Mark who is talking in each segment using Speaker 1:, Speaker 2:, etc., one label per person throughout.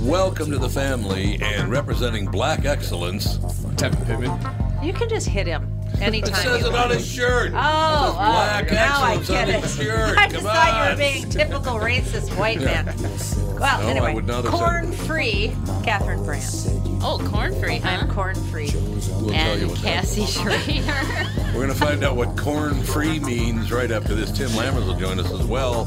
Speaker 1: Welcome to the family and representing black excellence, Tevin Pittman.
Speaker 2: You can just hit him
Speaker 1: It
Speaker 2: anytime.
Speaker 1: says
Speaker 2: you
Speaker 1: it on
Speaker 2: want.
Speaker 1: his shirt.
Speaker 2: Oh, oh,
Speaker 1: black
Speaker 2: now I
Speaker 1: excellence
Speaker 2: get
Speaker 1: on
Speaker 2: it.
Speaker 1: his shirt.
Speaker 2: I just
Speaker 1: Come
Speaker 2: thought you
Speaker 1: on.
Speaker 2: were being typical racist white man. Well,
Speaker 1: No, I
Speaker 2: anyway,
Speaker 1: would not have said-
Speaker 2: corn-free Catherine Brandt.
Speaker 3: Oh, corn free, huh? E
Speaker 2: I'm corn-free.
Speaker 1: We'll tell you
Speaker 3: and
Speaker 1: what that-
Speaker 3: Cassie Schrader.
Speaker 1: We're going to find out what corn free means right after this. Tim Lammers will join us as well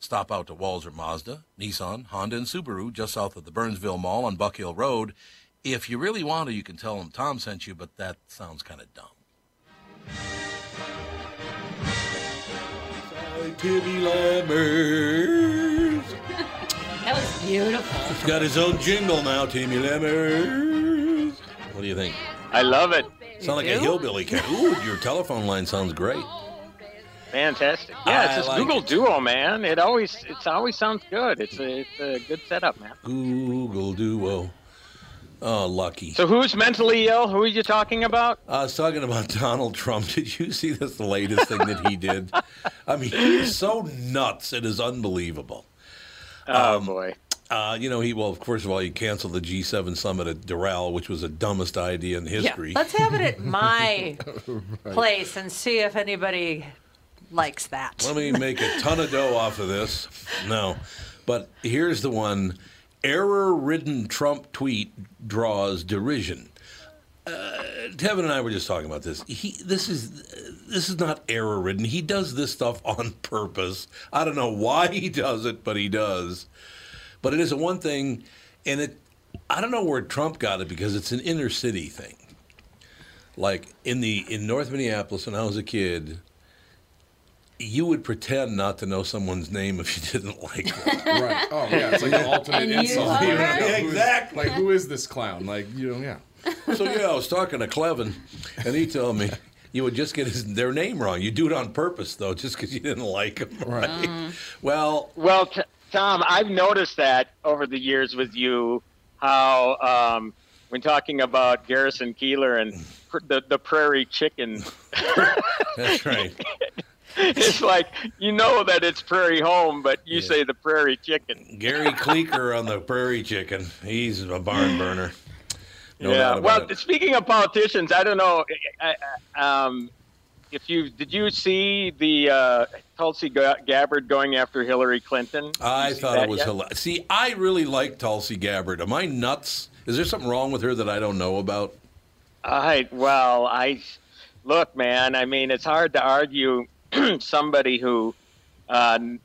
Speaker 1: Stop out to Walzer Mazda, Nissan, Honda, and Subaru just south of the Burnsville Mall on Buck Hill Road. If you really want to, you can tell them Tom sent you, but that sounds kind of dumb. Timmy Lammers.
Speaker 3: that was beautiful.
Speaker 1: Got his own jingle now, Timmy Lammers. What do you think?
Speaker 4: I love it.
Speaker 1: Sound like a
Speaker 3: do?
Speaker 1: hillbilly cat. Ooh, your telephone line sounds great.
Speaker 4: Fantastic. Yeah,
Speaker 1: I
Speaker 4: it's this
Speaker 1: like
Speaker 4: Google
Speaker 1: it.
Speaker 4: Duo, man. It always it's always sounds good. It's a, it's a good setup, man.
Speaker 1: Google Duo. Oh, lucky.
Speaker 4: So who's mentally ill? Who are you talking about? Oh,
Speaker 1: I was talking about Donald Trump. Did you see this latest thing that he did? I mean, he is so nuts. It is unbelievable.
Speaker 4: Oh boy.
Speaker 1: Uh, you know, he, well, first of all, he canceled the G7 summit at Doral, which was the dumbest idea in history.
Speaker 2: Let's have it at my place and see if anybody likes that.
Speaker 1: Let me make a ton of dough off of this. No. But here's the one error ridden Trump tweet draws derision. Uh, Tevin and I were just talking about this. He, this is this is not error ridden. He does this stuff on purpose. I don't know why he does it, but he does. But it is the one thing, and it I don't know where Trump got it because it's an inner city thing. Like in the in North Minneapolis when I was a kid, you would pretend not to know someone's name if you didn't like them.
Speaker 5: Right. Oh yeah, it's like the ultimate
Speaker 3: And you
Speaker 5: insult.
Speaker 3: are?
Speaker 5: don't know who is-
Speaker 1: Exactly.
Speaker 5: Like who is this clown? Like you know, yeah.
Speaker 1: So yeah, I was talking to Clevin, and he told me you would just get his, their name wrong. You do it on purpose though, just because you didn't like them. Right.
Speaker 2: Oh.
Speaker 1: Well,
Speaker 4: Well, t- Tom, I've noticed that over the years with you, how um, when talking about Garrison Keeler and pr- the, the prairie chicken,
Speaker 1: that's right.
Speaker 4: it's like you know that it's prairie home, but you say the prairie chicken.
Speaker 1: Gary Cleeker on the Prairie Chicken. He's a barn burner. No doubt
Speaker 4: yeah.
Speaker 1: about
Speaker 4: Well,
Speaker 1: it.
Speaker 4: speaking of politicians, I don't know I, I, um, if you did you see the uh, Tulsi Ga- Gabbard going after Hillary Clinton? Did you
Speaker 1: I
Speaker 4: see
Speaker 1: thought
Speaker 4: that
Speaker 1: it was
Speaker 4: yet?
Speaker 1: hilarious. See, I really like Tulsi Gabbard. Am I nuts? Is there something wrong with her that I don't know about?
Speaker 4: I well, I look, man. I mean, it's hard to argue somebody who uh, n-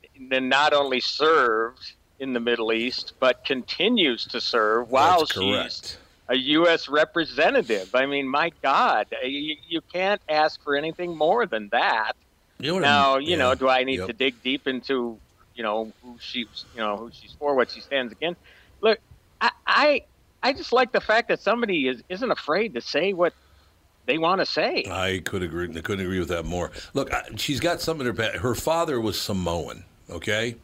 Speaker 4: not only served in the Middle East but continues to serve while
Speaker 1: That's
Speaker 4: she's
Speaker 1: correct.
Speaker 4: a U.S. representative. I mean, my God, you, you can't ask for anything more than that.
Speaker 1: You know what I
Speaker 4: Now,
Speaker 1: mean?
Speaker 4: you
Speaker 1: Yeah.
Speaker 4: know, do I need
Speaker 1: Yep.
Speaker 4: to dig deep into, you know, who she's, you know, who she's for, what she stands against? Look, I, I, I just like the fact that somebody is isn't afraid to say what they want to say.
Speaker 1: I could agree. I couldn't agree with that more. Look, I, she's got something in her back. Her father was Samoan, okay,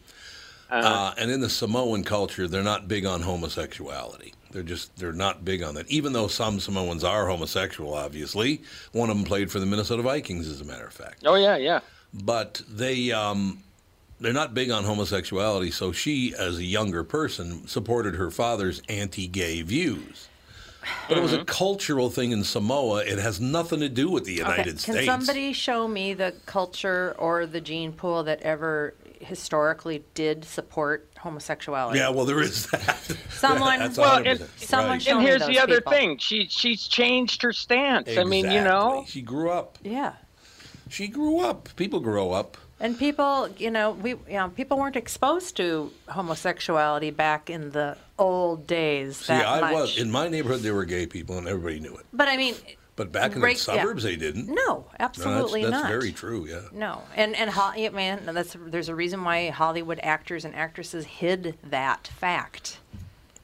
Speaker 1: uh,
Speaker 4: Uh-huh.
Speaker 1: and in the Samoan culture, they're not big on homosexuality. They're just they're not big on that. Even though some Samoans are homosexual, obviously, one of them played for the Minnesota Vikings, as a matter of fact.
Speaker 4: oh yeah, yeah.
Speaker 1: but they um, they're not big on homosexuality. So she, as a younger person, supported her father's anti-gay views. But it was
Speaker 2: Mm-hmm.
Speaker 1: a cultural thing in Samoa. It has nothing to do with the United
Speaker 2: Can
Speaker 1: States.
Speaker 2: somebody show me the culture or the gene pool that ever historically did support homosexuality?
Speaker 1: Yeah, well, there is that.
Speaker 2: Someone-
Speaker 1: That's
Speaker 2: Well,
Speaker 1: 100%.
Speaker 4: and-
Speaker 2: someone
Speaker 1: Right.
Speaker 2: should-
Speaker 4: And
Speaker 2: Only
Speaker 4: here's
Speaker 2: those
Speaker 4: the other
Speaker 2: people.
Speaker 4: thing: she she's changed her stance. I mean, you know,
Speaker 1: Exactly. she grew up.
Speaker 2: Yeah.
Speaker 1: She grew up. People grow up.
Speaker 2: And people, you know, we you know, people weren't exposed to homosexuality back in the old days.
Speaker 1: See,
Speaker 2: that
Speaker 1: I
Speaker 2: much.
Speaker 1: was in my neighborhood. There were gay people, and everybody knew it.
Speaker 2: But I mean,
Speaker 1: But back in
Speaker 2: Right,
Speaker 1: the
Speaker 2: yeah.
Speaker 1: suburbs, they didn't. No,
Speaker 2: no, absolutely
Speaker 1: that's,
Speaker 2: not.
Speaker 1: That's very true. Yeah.
Speaker 2: No, and and Hol- yeah, man, that's there's a reason why Hollywood actors and actresses hid that fact.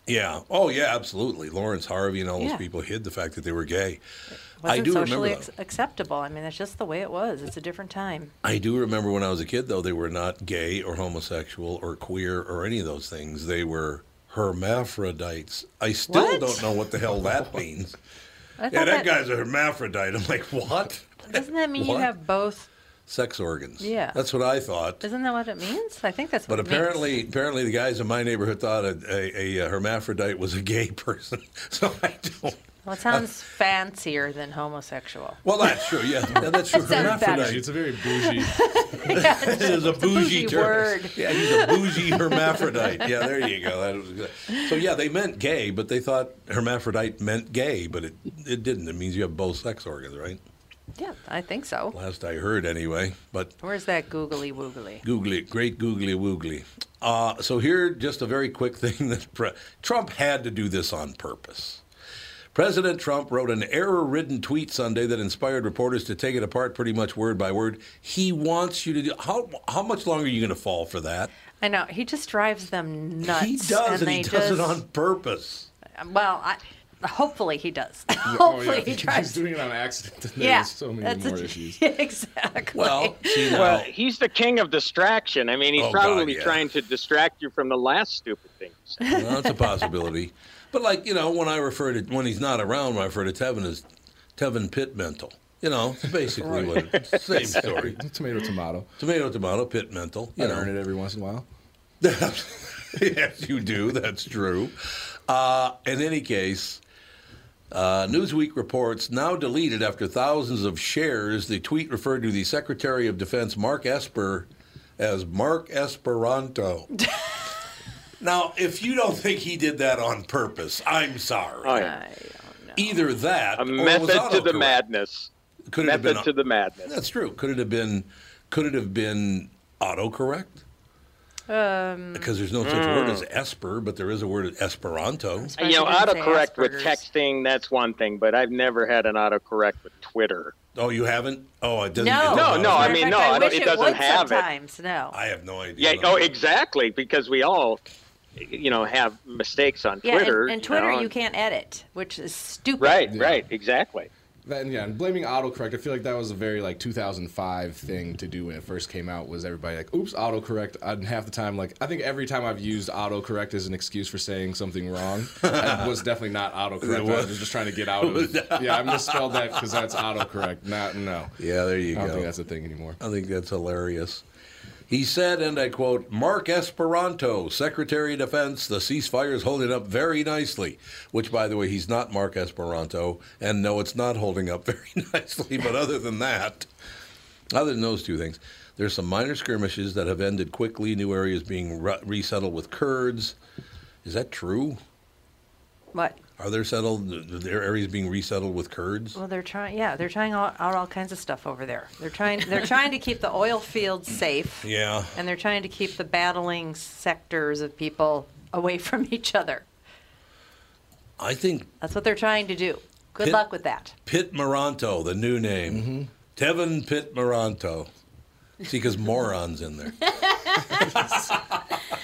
Speaker 1: Yeah. Oh, yeah, absolutely. Lawrence Harvey and all those
Speaker 2: Yeah.
Speaker 1: people hid the fact that they were gay.
Speaker 2: It
Speaker 1: I
Speaker 2: wasn't
Speaker 1: do remember.
Speaker 2: socially
Speaker 1: though.
Speaker 2: ac- acceptable. I mean, that's just the way it was. It's a different time.
Speaker 1: I do remember when I was a kid, though, they were not gay or homosexual or queer or any of those things. They were hermaphrodites. I still
Speaker 2: What?
Speaker 1: don't know what the hell that means.
Speaker 2: I
Speaker 1: yeah,
Speaker 2: thought
Speaker 1: that, guy's a hermaphrodite. I'm like, what?
Speaker 2: Doesn't that mean
Speaker 1: What?
Speaker 2: you have both?
Speaker 1: Sex organs.
Speaker 2: Yeah.
Speaker 1: That's what I thought.
Speaker 2: Isn't that what it means? I think that's.
Speaker 1: But
Speaker 2: what it
Speaker 1: apparently, apparently, the guys in my neighborhood thought a, a, a hermaphrodite was a gay person. So I don't.
Speaker 2: means. well, it
Speaker 1: uh,
Speaker 2: sounds fancier than homosexual.
Speaker 1: Well, that's true. Yeah, Yeah, that's true.
Speaker 2: sounds better.
Speaker 5: It's a very bougie. Oh,
Speaker 1: It is a bougie,
Speaker 2: bougie
Speaker 1: term.
Speaker 2: word.
Speaker 1: Yeah, he's a bougie hermaphrodite. Yeah, there you go. That was good. So yeah, they meant gay, but they thought hermaphrodite meant gay, but it it didn't. It means you have both sex organs, right?
Speaker 2: Yeah, I think so.
Speaker 1: Last I heard, anyway. But
Speaker 2: Where's that googly woogly?
Speaker 1: googly, great googly woogly. Uh, so here, just a very quick thing that pre- Trump had to do this on purpose. President Trump wrote an error ridden tweet Sunday that inspired reporters to take it apart pretty much word by word. He wants you to do. How, how much longer are you going to fall for that?
Speaker 2: I know he just drives them nuts.
Speaker 1: He does, and,
Speaker 2: they
Speaker 1: he does it
Speaker 2: just-
Speaker 1: on purpose.
Speaker 2: Well, I, hopefully he does.
Speaker 1: oh,
Speaker 2: hopefully he
Speaker 5: He's
Speaker 2: tries.
Speaker 5: doing it on accident. and
Speaker 2: yeah,
Speaker 5: There's so many
Speaker 2: that's a-
Speaker 5: more issues.
Speaker 2: exactly.
Speaker 1: Well, see, now,
Speaker 4: well, he's the king of distraction. I mean, he's
Speaker 1: Oh, God,
Speaker 4: probably
Speaker 1: yeah.
Speaker 4: trying to distract you from the last stupid thing. you said.
Speaker 1: well, that's a possibility. But like you know, when I refer to when he's not around, I refer to Tevin as Tevin Pitt Mental. You know, it's basically what it- same story.
Speaker 5: Tomato, tomato.
Speaker 1: Tomato, tomato, Pitt Mental.
Speaker 5: I
Speaker 1: You know,
Speaker 5: earn it every once in a while.
Speaker 1: yes, you do. That's true. Uh, in any case, uh, Newsweek reports now deleted after thousands of shares. The tweet referred to the Secretary of Defense Mark Esper as Mark Esperanto. now, if you don't think he did that on purpose, I'm sorry.
Speaker 4: Oh, yeah.
Speaker 1: Either that,
Speaker 4: A
Speaker 1: or it was
Speaker 4: method to the
Speaker 1: autocorrect.
Speaker 4: madness.
Speaker 1: Could it have been
Speaker 4: Method to the madness.
Speaker 1: That's true. Could it have been? Could it have been autocorrect? Because there's no such
Speaker 4: Hmm.
Speaker 1: word as esper, but there is a word as Esperanto.
Speaker 2: Surprised
Speaker 4: you know,
Speaker 2: you didn't say
Speaker 4: autocorrect with
Speaker 2: Asperger's.
Speaker 4: texting, that's one thing, but I've never had an autocorrect with Twitter.
Speaker 1: Oh, you haven't? Oh, it doesn't.
Speaker 2: No,
Speaker 1: it doesn't-
Speaker 4: no, I
Speaker 2: Matter of
Speaker 4: mean,
Speaker 2: fact,
Speaker 4: no, I don't-
Speaker 2: wish
Speaker 4: it doesn't
Speaker 2: would
Speaker 4: have it.
Speaker 2: sometimes. No,
Speaker 1: I have no idea.
Speaker 4: Yeah, oh, exactly, because we all, you know, have mistakes on
Speaker 2: yeah,
Speaker 4: Twitter.
Speaker 2: and, and Twitter
Speaker 4: know,
Speaker 2: you
Speaker 4: and-
Speaker 2: can't edit, which is stupid.
Speaker 4: Right, right, exactly.
Speaker 5: That, yeah, and blaming autocorrect, I feel like that was a very like 2005 thing to do when it first came out. Was everybody like, "Oops, autocorrect"? And half the time, like, I think every time I've used autocorrect as an excuse for saying something wrong, it was definitely not autocorrect. I was just trying to get out of. yeah, I misspelled that because that's autocorrect. Not no.
Speaker 1: Yeah, there you
Speaker 5: I don't
Speaker 1: go.
Speaker 5: think that's a thing anymore.
Speaker 1: I think that's hilarious. He said, and I quote, Mark Esperanto, Secretary of Defense, the ceasefire is holding up very nicely. Which, by the way, he's not Mark Esperanto. And no, it's not holding up very nicely. But other than that, other than those two things, there's some minor skirmishes that have ended quickly, new areas being re- resettled with Kurds. Is that true?
Speaker 2: What?
Speaker 1: Are there settled, are there areas being resettled with Kurds?
Speaker 2: Well, they're trying. Yeah, they're trying all, out all kinds of stuff over there. They're trying. They're trying to keep the oil fields safe,
Speaker 1: Yeah.
Speaker 2: and they're trying to keep the battling sectors of people away from each other.
Speaker 1: I think
Speaker 2: That's what they're trying to do. Good
Speaker 1: Pit-
Speaker 2: luck with that.
Speaker 1: Pitt Moranto, the new name. Tevin Pitt Moranto. See, because moron's in there.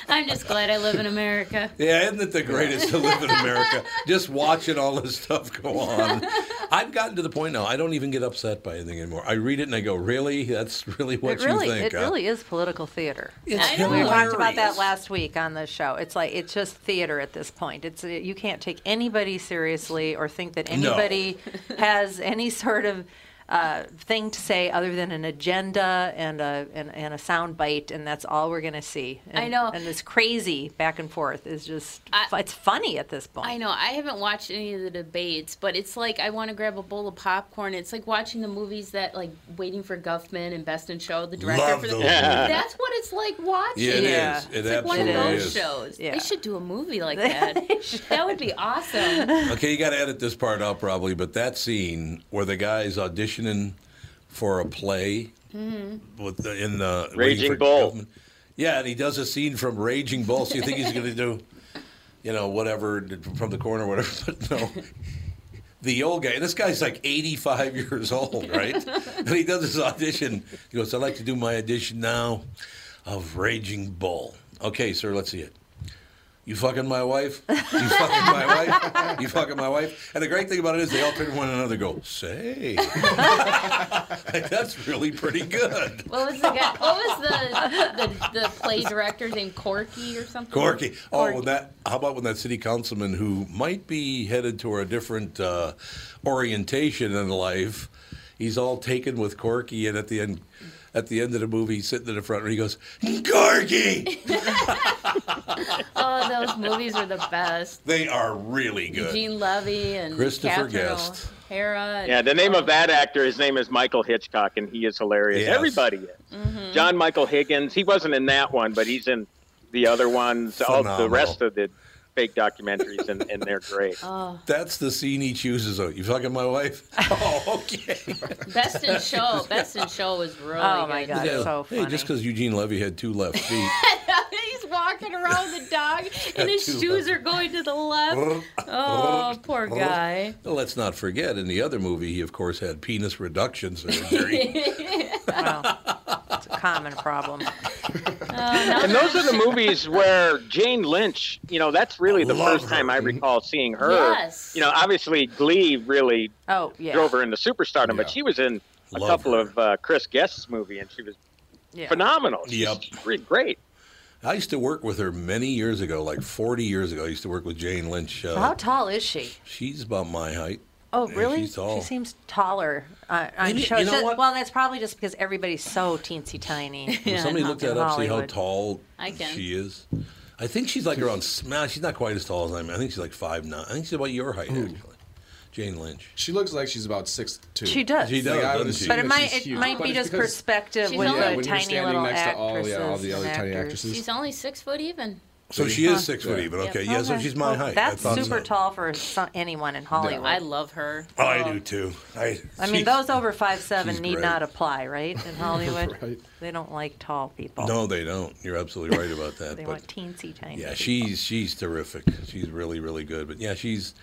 Speaker 3: I'm just glad I live in America.
Speaker 1: Yeah, isn't it the greatest to live in America? Just watching all this stuff go on. I've gotten to the point now, I don't even get upset by anything anymore. I read it and I go, really? That's really what
Speaker 2: it
Speaker 1: you
Speaker 2: really,
Speaker 1: think?
Speaker 2: it
Speaker 1: huh?"
Speaker 2: really is political theater.
Speaker 1: It's
Speaker 3: I know.
Speaker 2: We talked about that
Speaker 1: hilarious.
Speaker 2: last week on the show. It's like it's just theater at this point. It's uh, you can't take anybody seriously or think that
Speaker 1: No.
Speaker 2: anybody has any sort of uh, thing to say other than an agenda and a and, and a sound bite, and that's all we're gonna see. And,
Speaker 3: I know.
Speaker 2: And this crazy back and forth is just
Speaker 3: I-
Speaker 2: it's funny at this point.
Speaker 3: I know. I haven't watched any of the debates, but it's like I want to grab a bowl of popcorn. It's like watching the movies that, like, Waiting for Guffman and Best in Show, the director
Speaker 1: Love
Speaker 3: for
Speaker 1: those
Speaker 3: the.
Speaker 1: movies.
Speaker 3: That's what it's like watching.
Speaker 1: Yeah, it is.
Speaker 2: Yeah.
Speaker 1: It
Speaker 3: It's like one of
Speaker 1: absolutely
Speaker 3: those
Speaker 1: is.
Speaker 3: shows.
Speaker 2: Yeah.
Speaker 3: They should do a movie like that. that would be awesome.
Speaker 1: Okay, you got to edit this part out probably, but that scene where the guy's auditioning for a play with the, in the waiting
Speaker 4: Raging
Speaker 1: for
Speaker 4: Bull.
Speaker 1: government- Yeah, and he does a scene from Raging Bull. So you think he's going to do, you know, whatever from the corner, whatever? But no, the old guy. And this guy's like 85 years old, right? and he does his audition. He goes, "I'd like to do my audition now of Raging Bull." Okay, sir, let's see it. You fucking my wife? You fucking my wife? You fucking my wife? And the great thing about it is they all turn to one another and go, say. Like, that's really pretty good.
Speaker 3: What was the guy? What was the the, the play director named Corky or something?
Speaker 1: Corky. Oh, when that. How about when that city councilman who might be headed toward a different uh, orientation in life, he's all taken with Corky, and at the end, at the end of the movie, he's sitting in the front row, he goes, Corky.
Speaker 3: Oh, those movies were the best.
Speaker 1: They are really good.
Speaker 3: Gene Levy and
Speaker 1: Christopher
Speaker 3: Catherine
Speaker 1: Guest.
Speaker 3: O'Hara. and-
Speaker 4: Yeah, the name
Speaker 2: um,
Speaker 4: of that actor, his name is Michael Hitchcock, and he is hilarious.
Speaker 1: Yes.
Speaker 4: Everybody is.
Speaker 2: Mm-hmm.
Speaker 4: John Michael Higgins, he wasn't in that one, but he's in the other ones, all the
Speaker 1: Phenomenal.
Speaker 4: rest of the fake documentaries, and, and they're great.
Speaker 1: That's the scene he chooses. Oh, you fucking my wife? Oh, okay.
Speaker 3: Best in Show. Best in Show was really.
Speaker 2: Oh my
Speaker 3: good.
Speaker 2: god, it's so funny.
Speaker 1: Hey, just because Eugene Levy had two left feet.
Speaker 3: He's walking around the dog, and his
Speaker 1: Two
Speaker 3: shoes are going to the left. Oh, poor guy.
Speaker 1: Let's not forget, in the other movie, he of course had penis reduction surgery.
Speaker 2: it's a common problem.
Speaker 3: Uh,
Speaker 4: And those are the movies where Jane Lynch, you know, that's really the
Speaker 1: Love
Speaker 4: first time
Speaker 1: her.
Speaker 4: I recall seeing her.
Speaker 3: Yes.
Speaker 4: You know, obviously Glee really
Speaker 2: Oh yeah.
Speaker 4: drove her into superstardom,
Speaker 5: Yeah.
Speaker 4: but she was in a
Speaker 1: Love
Speaker 4: couple
Speaker 1: her.
Speaker 4: of uh, Chris Guest's movie, and she was
Speaker 2: Yeah.
Speaker 4: phenomenal. She's
Speaker 1: Yep.
Speaker 4: really great.
Speaker 1: I used to work with her many years ago, like 40 years ago. I used to work with Jane Lynch. Uh,
Speaker 2: How tall is she?
Speaker 1: she's about my height.
Speaker 2: Oh,
Speaker 1: Yeah,
Speaker 2: really?
Speaker 1: she's tall.
Speaker 2: She seems taller uh, on
Speaker 1: Maybe-
Speaker 2: shows.
Speaker 1: you know
Speaker 2: Just-
Speaker 1: what?
Speaker 2: well, that's probably just because everybody's so teensy tiny.
Speaker 1: Will somebody
Speaker 2: in
Speaker 1: look that up, see how
Speaker 2: Hollywood.
Speaker 1: tall
Speaker 3: I can.
Speaker 1: she is. I think she's like around. Nah, she's not quite as tall as I am. I think she's like five nine. I think she's about your height actually. Jane Lynch.
Speaker 5: She looks like she's about six two.
Speaker 2: She does.
Speaker 1: She does.
Speaker 5: Like, I would
Speaker 1: doesn't
Speaker 5: assume
Speaker 1: she?
Speaker 2: But it
Speaker 5: that
Speaker 2: might
Speaker 5: she's
Speaker 2: it
Speaker 5: huge,
Speaker 2: might
Speaker 5: but
Speaker 2: be
Speaker 5: it's
Speaker 2: just
Speaker 5: because-
Speaker 2: perspective
Speaker 3: She's
Speaker 2: with
Speaker 3: only- Yeah,
Speaker 2: the
Speaker 3: when
Speaker 5: you're
Speaker 2: tiny
Speaker 5: standing
Speaker 2: little
Speaker 5: next to all-
Speaker 2: actresses
Speaker 5: yeah, all the other
Speaker 2: and
Speaker 5: tiny
Speaker 2: actors.
Speaker 5: actresses.
Speaker 3: She's only six foot even.
Speaker 1: So she is six foot even. Okay, yeah. So
Speaker 3: Okay.
Speaker 1: she's my
Speaker 2: Well,
Speaker 1: height. I
Speaker 2: Oh, That's
Speaker 1: thought
Speaker 2: super
Speaker 1: so.
Speaker 2: tall for so- anyone in Hollywood.
Speaker 3: I love her.
Speaker 1: Oh, I do too. I,
Speaker 2: I mean,
Speaker 1: she's-
Speaker 2: those over five seven
Speaker 1: she's
Speaker 2: need
Speaker 1: great.
Speaker 2: not apply, right? In Hollywood,
Speaker 5: Right.
Speaker 2: they don't like tall people.
Speaker 1: No, they don't. You're absolutely right about that.
Speaker 2: Oh. they
Speaker 1: but
Speaker 2: want teensy tiny.
Speaker 1: yeah,
Speaker 2: people.
Speaker 1: she's she's terrific. She's really really good. But yeah, she's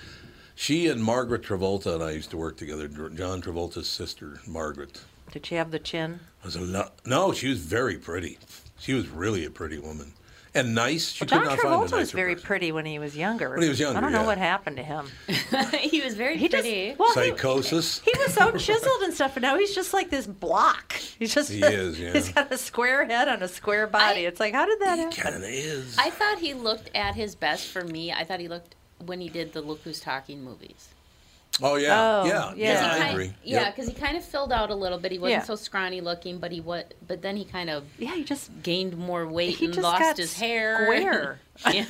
Speaker 1: she and Margaret Travolta and I used to work together. Dr- John Travolta's sister, Margaret,
Speaker 2: Did she have the chin?
Speaker 1: was a lot. No, she was very pretty. She was really a pretty woman and nice. She
Speaker 2: Well, John
Speaker 1: could not find
Speaker 2: Travolta
Speaker 1: a
Speaker 2: was
Speaker 1: nicer
Speaker 2: very
Speaker 1: person.
Speaker 2: pretty when he was younger.
Speaker 1: When he was younger,
Speaker 2: I don't know
Speaker 1: yeah.
Speaker 2: what happened to him.
Speaker 3: he was very
Speaker 2: He just
Speaker 3: pretty.
Speaker 2: well, he,
Speaker 1: Psychosis.
Speaker 2: he was so chiseled and stuff, and now he's just like this block. He's just
Speaker 1: He is, yeah.
Speaker 2: he's got a square head on a square body.
Speaker 3: I-
Speaker 2: it's like how did that happen?
Speaker 1: Kind of is.
Speaker 3: I thought he looked at his best for me. I thought he looked when he did the Look Who's Talking movies.
Speaker 1: oh yeah,
Speaker 2: Oh,
Speaker 1: yeah,
Speaker 2: yeah.
Speaker 1: yeah.
Speaker 3: He
Speaker 1: I
Speaker 3: kind-
Speaker 1: agree.
Speaker 3: Yeah,
Speaker 1: Yep.
Speaker 3: because he kind of filled out a little bit. He wasn't
Speaker 2: Yeah.
Speaker 3: so scrawny looking, but he was. But then he kind of
Speaker 2: Yeah, he just
Speaker 3: gained more weight
Speaker 2: he
Speaker 3: and
Speaker 2: just
Speaker 3: lost
Speaker 2: got
Speaker 3: his hair.
Speaker 2: square.
Speaker 3: yeah.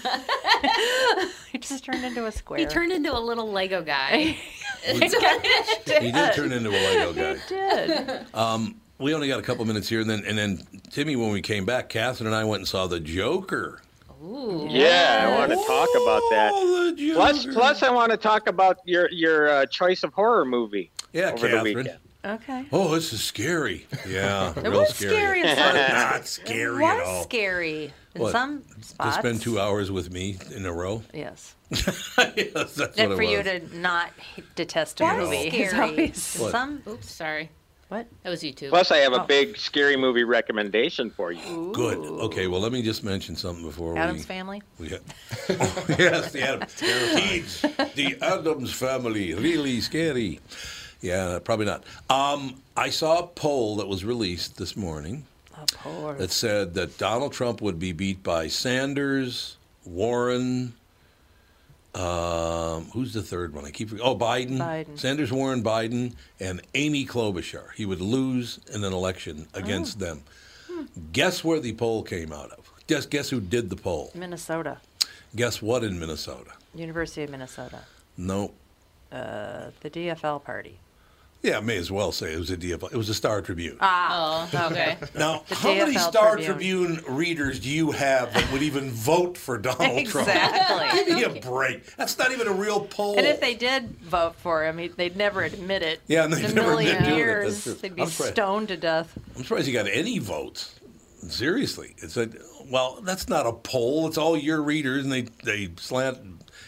Speaker 2: he just turned into a square.
Speaker 3: He turned into a little Lego guy.
Speaker 1: he did turn into a Lego guy.
Speaker 2: did.
Speaker 1: We only got a couple minutes here, and then and then Timmy, when we came back, Catherine and I went and saw the Joker.
Speaker 3: Ooh.
Speaker 4: Yeah, I want to talk about that.
Speaker 1: Oh, the Joker.
Speaker 4: Plus, plus, I want to talk about your your uh, choice of horror movie.
Speaker 1: yeah,
Speaker 4: over the
Speaker 1: Catherine.
Speaker 4: weekend.
Speaker 2: Okay.
Speaker 1: Oh, this is scary. Yeah,
Speaker 2: It
Speaker 1: real
Speaker 2: was scary. in some-
Speaker 1: Not scary
Speaker 2: it was
Speaker 1: at all.
Speaker 2: scary in
Speaker 1: What?
Speaker 2: some
Speaker 1: To
Speaker 2: spots.
Speaker 1: spend two hours with me in a row.
Speaker 2: Yes.
Speaker 1: yes, that's what
Speaker 2: And
Speaker 1: it
Speaker 2: for you
Speaker 1: was.
Speaker 2: to not h- detest a movie. is
Speaker 3: scary.
Speaker 2: always
Speaker 1: What?
Speaker 2: Some
Speaker 3: Oops, sorry.
Speaker 2: what?
Speaker 3: That was you too.
Speaker 4: Plus, I
Speaker 2: Oh.
Speaker 4: have a big scary movie recommendation for you.
Speaker 1: Good. Okay. Well, let me just mention something before
Speaker 2: Adam's
Speaker 1: we.
Speaker 2: family.
Speaker 1: we hit- yes, the Adams. the Adams family. Really scary. Yeah, probably not. Um, I saw a poll that was released this morning.
Speaker 2: Oh, poor.
Speaker 1: that said that Donald Trump would be beat by Sanders, Warren. Um, who's the third one? I keep oh Biden.
Speaker 2: Biden.
Speaker 1: Sanders, Warren, Biden, and Amy Klobuchar. He would lose in an election against
Speaker 2: Oh.
Speaker 1: them. Guess where the poll came out of? Guess guess who did the poll?
Speaker 2: Minnesota.
Speaker 1: Guess what in Minnesota?
Speaker 2: University of Minnesota.
Speaker 1: No.
Speaker 2: The DFL party.
Speaker 1: Yeah, I may as well say it was a DFL. It was a Star Tribune.
Speaker 2: Ah,
Speaker 3: Oh, okay.
Speaker 1: now, how many
Speaker 2: DFL
Speaker 1: Star
Speaker 2: Tribune.
Speaker 1: Tribune. readers do you have that would even vote for Donald Trump?
Speaker 2: Exactly.
Speaker 1: Give me a break. That's not even a real poll.
Speaker 2: and if they did vote for him, he, they'd never admit it.
Speaker 1: Yeah, and they'd
Speaker 2: in a
Speaker 1: never
Speaker 2: million
Speaker 1: admit doing it. That's
Speaker 2: years,
Speaker 1: true.
Speaker 2: they'd be
Speaker 1: I'm sorry.
Speaker 2: stoned to death.
Speaker 1: I'm surprised you got any votes. Seriously, it's a well. That's not a poll. It's all your readers, and they they slant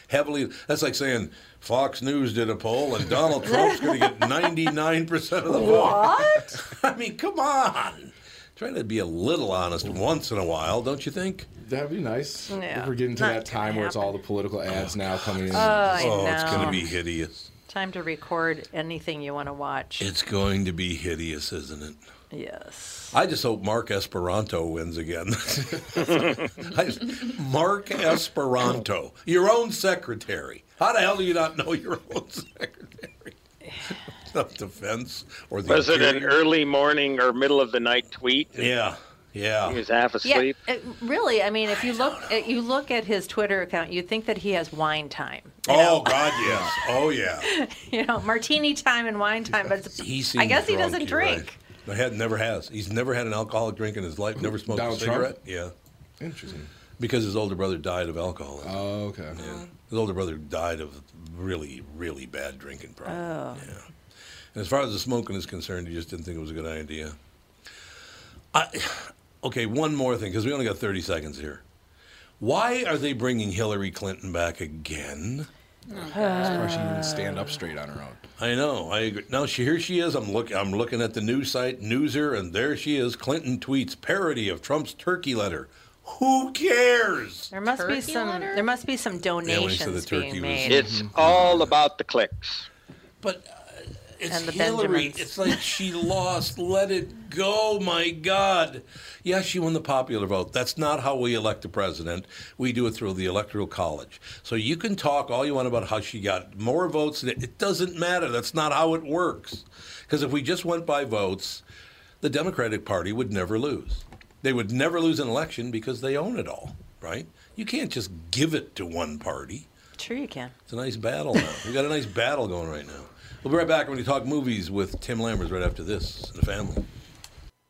Speaker 1: heavily. That's like saying Fox News did a poll, and Donald Trump's going to get 99 percent of the vote.
Speaker 2: What?
Speaker 1: I mean, come on. Try to be a little honest once in a while, don't you think?
Speaker 5: That'd be nice.
Speaker 2: Yeah.
Speaker 5: If we're getting to
Speaker 2: Not
Speaker 5: that
Speaker 2: gonna
Speaker 5: time where it's all the
Speaker 2: happen. Uh,
Speaker 5: political ads now coming in.
Speaker 2: I
Speaker 1: oh, it's going
Speaker 2: know.
Speaker 1: to be hideous.
Speaker 2: Time to record anything you want to watch.
Speaker 1: It's going to be hideous, isn't it?
Speaker 2: yes.
Speaker 1: I just hope Mark Esperanto wins again. I- Mark Esperanto, your own secretary. How the hell do you not know your own secretary? Self defense or the
Speaker 4: Was it an
Speaker 1: interior-
Speaker 4: early morning or middle of the night tweet?
Speaker 1: Yeah, yeah.
Speaker 4: He was half
Speaker 2: Yeah,
Speaker 4: asleep.
Speaker 2: it- really. I mean, if you look, at, you look at his Twitter account, you think that he has wine time.
Speaker 1: oh God, yes. Oh yeah.
Speaker 2: You know, martini time and wine time, but it's-
Speaker 1: He seems
Speaker 2: I guess he
Speaker 1: drunk,
Speaker 2: doesn't
Speaker 1: you're right.
Speaker 2: drink.
Speaker 1: No, had never has. He's never had an alcoholic drink in his life. Never smoked
Speaker 5: Donald
Speaker 1: a
Speaker 5: Trump?
Speaker 1: cigarette. Yeah,
Speaker 5: Interesting.
Speaker 1: because his older brother died of alcoholism.
Speaker 5: Oh, okay.
Speaker 1: His older brother died of really, really bad drinking problem. Yeah. And as far as the smoking is concerned, he just didn't think it was a good idea. I, okay, one more thing, because we only got 30 seconds here. Why are they bringing Hillary Clinton back again?
Speaker 5: That's why she can stand up straight on her own.
Speaker 1: I know. I agree. Now she, here she is. I'm look. I'm looking at the news site Newser, and there she is. Clinton tweets parody of Trump's turkey letter. Who cares?
Speaker 2: There must be
Speaker 3: Turkey
Speaker 2: some.
Speaker 3: letter?
Speaker 2: There must be some
Speaker 1: the
Speaker 2: donations
Speaker 1: turkey was-
Speaker 2: being made.
Speaker 4: It's all about the clicks.
Speaker 1: But uh, it's
Speaker 2: And the
Speaker 1: Hillary.
Speaker 2: Benjamins.
Speaker 1: It's like she lost. Let it go. My God. Yeah, she won the popular vote. That's not how we elect a president. We do it through the Electoral College. So you can talk all you want about how she got more votes. than- It doesn't matter. That's not how it works. Because if we just went by votes, the Democratic Party would never lose. They would never lose an election because they own it all, right? You can't just give it to one party.
Speaker 2: Sure, you can.
Speaker 1: It's a nice battle now. We got a nice battle going right now. We'll be right back when we talk movies with Tim Lambers right after this and the family.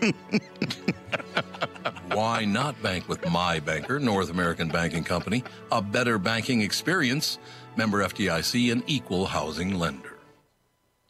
Speaker 1: Why not bank with my banker, North American Banking Company, a better banking experience, member FDIC, an equal housing lender?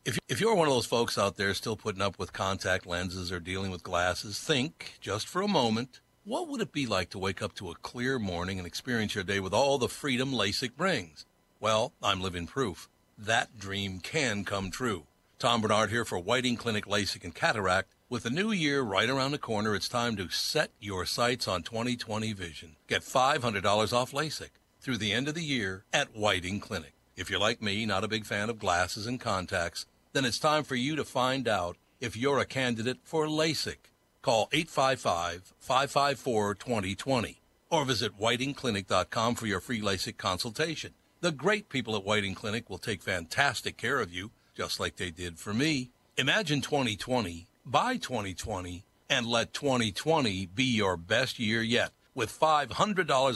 Speaker 1: If, if you're one of those folks out there still putting up with contact lenses or dealing with glasses, think just for a moment what would it be like to wake up to a clear morning and experience your day with all the freedom LASIK brings? Well, I'm living proof. That dream can come true. Tom Bernard here for Whiting Clinic LASIK and Cataract. With the new year right around the corner, it's time to set your sights on 2020 vision. Get $500 off LASIK through the end of the year at Whiting Clinic. If you're like me, not a big fan of glasses and contacts, then it's time for you to find out if you're a candidate for LASIK. Call 855-554-2020 or visit whitingclinic.com for your free LASIK consultation. The great people at Whiting Clinic will take fantastic care of you, just like they did for me. Imagine 2020 by 2020 and let 2020 be your best year yet with $500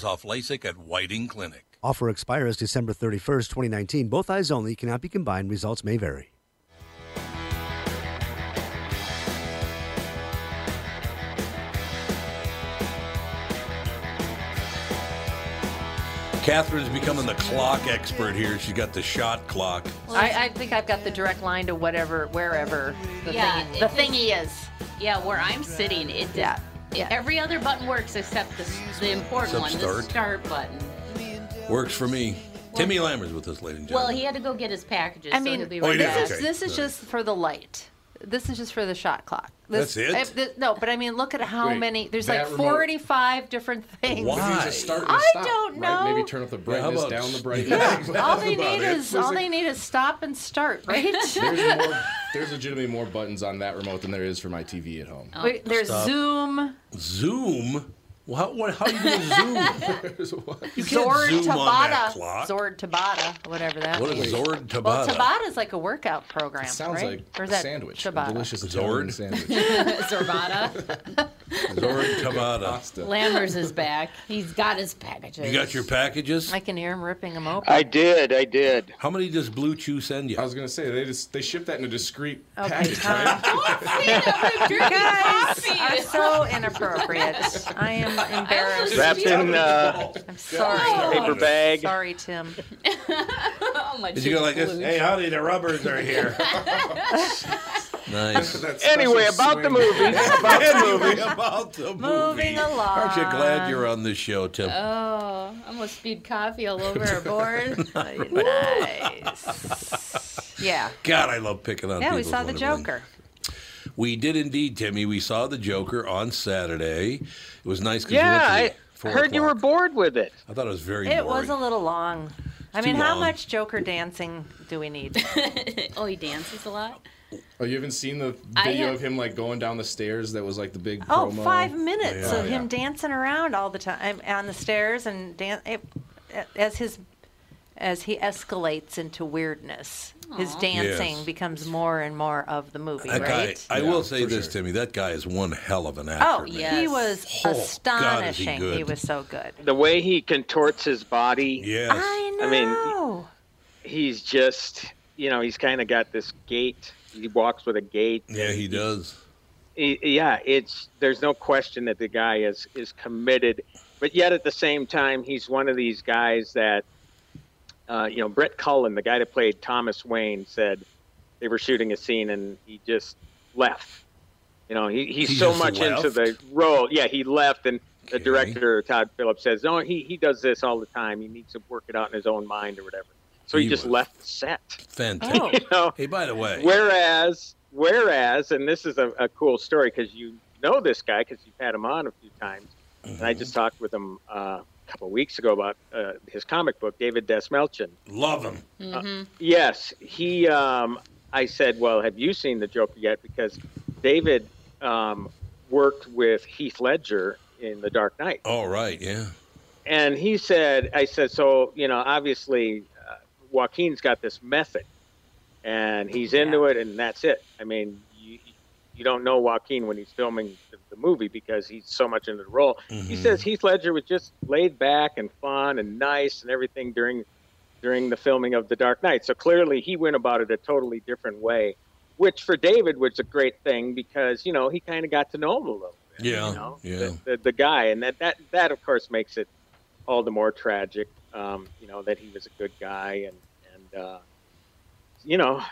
Speaker 1: off LASIK at Whiting Clinic.
Speaker 6: Offer expires December 31st, 2019. Both eyes only cannot be combined. Results may vary.
Speaker 1: Catherine's becoming the clock expert here. She's got the shot clock.
Speaker 2: I, I think I've got the direct line to whatever, wherever the
Speaker 3: Yeah,
Speaker 2: thingy,
Speaker 3: it
Speaker 2: the
Speaker 3: just-
Speaker 2: thingy is.
Speaker 3: Yeah, where I'm sitting, it
Speaker 2: Yeah,
Speaker 3: yeah.
Speaker 2: yeah.
Speaker 3: Every other button works except the, the important
Speaker 1: Except
Speaker 3: one,
Speaker 1: start.
Speaker 3: the start button.
Speaker 1: Works for me. Timmy Lammers with us, ladies and
Speaker 3: Well,
Speaker 1: gentlemen.
Speaker 3: he had to go get his packages.
Speaker 2: I
Speaker 3: so
Speaker 2: mean,
Speaker 3: he'll be
Speaker 1: Oh,
Speaker 3: right
Speaker 1: he did?
Speaker 3: back.
Speaker 2: this
Speaker 1: Okay.
Speaker 2: is this is just for the light. This is just for the shot clock. This,
Speaker 1: That's it?
Speaker 2: if the- no, but I mean, look at how
Speaker 5: Wait,
Speaker 2: many. There's like
Speaker 5: that remote-
Speaker 2: 45 different things.
Speaker 1: Why?
Speaker 5: Maybe just start and
Speaker 2: I
Speaker 5: stop,
Speaker 2: don't
Speaker 5: right?
Speaker 2: know.
Speaker 5: Maybe turn up the
Speaker 1: Yeah, how
Speaker 5: brightness,
Speaker 1: about-
Speaker 5: down the brightness.
Speaker 2: Yeah, all they
Speaker 5: That's
Speaker 2: need
Speaker 5: about it.
Speaker 2: is all they need is stop and start, right?
Speaker 5: There's, more, there's legitimately more buttons on that remote than there is for my TV at home.
Speaker 2: Wait, there's Zoom,
Speaker 1: Zoom? Well, how, what, how are you going to Zoom?
Speaker 5: There's what?
Speaker 1: You can't
Speaker 2: Zord
Speaker 1: Zoom on that
Speaker 2: Tabata,
Speaker 1: clock.
Speaker 2: Zord Tabata, whatever that
Speaker 1: What
Speaker 2: means.
Speaker 1: is Zord Tabata?
Speaker 2: Well, Tabata is like a workout program,
Speaker 5: It sounds
Speaker 2: right?
Speaker 5: like a sandwich, a
Speaker 2: Ciabatta?
Speaker 5: delicious
Speaker 1: Zord.
Speaker 5: Italian sandwich.
Speaker 3: Zorvada.
Speaker 1: Zord Tabata.
Speaker 5: Pasta.
Speaker 3: Lammers is back. He's got his packages.
Speaker 1: You got your packages?
Speaker 2: I can hear him ripping them open.
Speaker 4: I did. I did.
Speaker 1: How many does Blue Chew send you?
Speaker 5: I was gonna say they just they ship that in a discreet
Speaker 2: Okay,
Speaker 5: package,
Speaker 2: Tom.
Speaker 5: right?
Speaker 2: guys are so inappropriate. I am embarrassed.
Speaker 4: Wrapped in uh,
Speaker 2: I'm sorry.
Speaker 4: paper bag.
Speaker 2: Sorry, Tim.
Speaker 3: Oh, my
Speaker 1: Did you go like this?
Speaker 3: cheeks.
Speaker 1: Hey, honey, the rubbers are here. nice.
Speaker 5: That special
Speaker 4: Anyway, about the
Speaker 5: swing.
Speaker 4: movies. About the movies.
Speaker 1: Anyway, about the movie.
Speaker 2: Moving along.
Speaker 1: Aren't you glad you're on this show, Tim?
Speaker 3: Oh, I'm gonna speed coffee all over our board.
Speaker 2: nice. Yeah.
Speaker 1: God, I love picking on
Speaker 2: Yeah, we
Speaker 1: people's
Speaker 2: saw the
Speaker 1: wonderful-
Speaker 2: Joker.
Speaker 1: We did indeed, Timmy. We saw the Joker on Saturday. It was nice because
Speaker 4: Yeah,
Speaker 1: we went to
Speaker 4: I
Speaker 1: four
Speaker 4: heard you were
Speaker 1: o'clock.
Speaker 4: bored with it.
Speaker 1: I thought it was very
Speaker 2: It
Speaker 1: boring.
Speaker 2: was a little long. I mean,
Speaker 1: too
Speaker 2: how
Speaker 1: long.
Speaker 2: much Joker dancing do we need?
Speaker 3: oh, he dances a lot.
Speaker 5: Oh, you haven't seen the
Speaker 3: I
Speaker 5: video
Speaker 3: have-
Speaker 5: of him like going down the stairs? That was like the big
Speaker 2: Oh,
Speaker 5: promo.
Speaker 2: five minutes
Speaker 5: Yeah.
Speaker 2: of him
Speaker 5: Yeah.
Speaker 2: dancing around all the time on the stairs and dan- it, as his as he escalates into weirdness. His dancing
Speaker 1: Yes.
Speaker 2: becomes more and more of the movie,
Speaker 1: that guy,
Speaker 2: right?
Speaker 1: I
Speaker 5: Yeah,
Speaker 1: will say
Speaker 5: for
Speaker 1: this,
Speaker 5: sure.
Speaker 1: Timmy. That guy is one hell of an actor.
Speaker 2: Oh,
Speaker 1: man.
Speaker 2: yeah. he was
Speaker 1: Oh, God, is he
Speaker 2: astonishing. he,
Speaker 1: good.
Speaker 2: was so good.
Speaker 4: The way he contorts his body.
Speaker 1: Yes.
Speaker 2: I know.
Speaker 4: I mean, he's just you know he's kind of got this gait he walks with a gait
Speaker 1: yeah, he does.
Speaker 4: He- yeah it's there's no question that the guy is is committed but yet at the same time he's one of these guys that uh, you know brett cullen the guy that played thomas wayne said they were shooting a scene and he just left you know he, he's
Speaker 1: He
Speaker 4: so
Speaker 1: just
Speaker 4: much into the
Speaker 1: left?
Speaker 4: role yeah he left and the
Speaker 1: Okay.
Speaker 4: director todd phillips says no he, he does this all the time he needs to work it out in his own mind or whatever So he,
Speaker 1: He
Speaker 4: just
Speaker 1: was.
Speaker 4: left the set.
Speaker 1: Fantastic.
Speaker 3: Oh.
Speaker 4: You know,
Speaker 1: Hey, by the way,
Speaker 4: Whereas, whereas, and this is a, a cool story because you know this guy because you've had him on a few times, and I just talked with him uh, a couple of weeks ago about uh, his comic book, David Desmelchin.
Speaker 1: love him.
Speaker 2: Mm-hmm.
Speaker 3: Uh,
Speaker 4: Yes, he. Um, I said, "Well, have you seen the Joker yet?" Because David um, worked with Heath Ledger in The Dark Knight
Speaker 1: All right, yeah.
Speaker 4: and he said, I said, so, you know, obviously uh, Joaquin's got this method and he's into it and that's it. I mean, you, you don't know Joaquin when he's filming the, the movie because he's so much into the role. He says Heath Ledger was just laid back and fun and nice and everything during during the filming of The Dark Knight. So clearly he went about it a totally different way, which for David was a great thing because, you know, he kind of got to know him a little bit.
Speaker 1: Yeah,
Speaker 4: You know,
Speaker 1: yeah.
Speaker 4: The, the, the guy. And that, that, that, of course, makes it all the more tragic, um, you know, that he was a good guy and, and, uh, you know,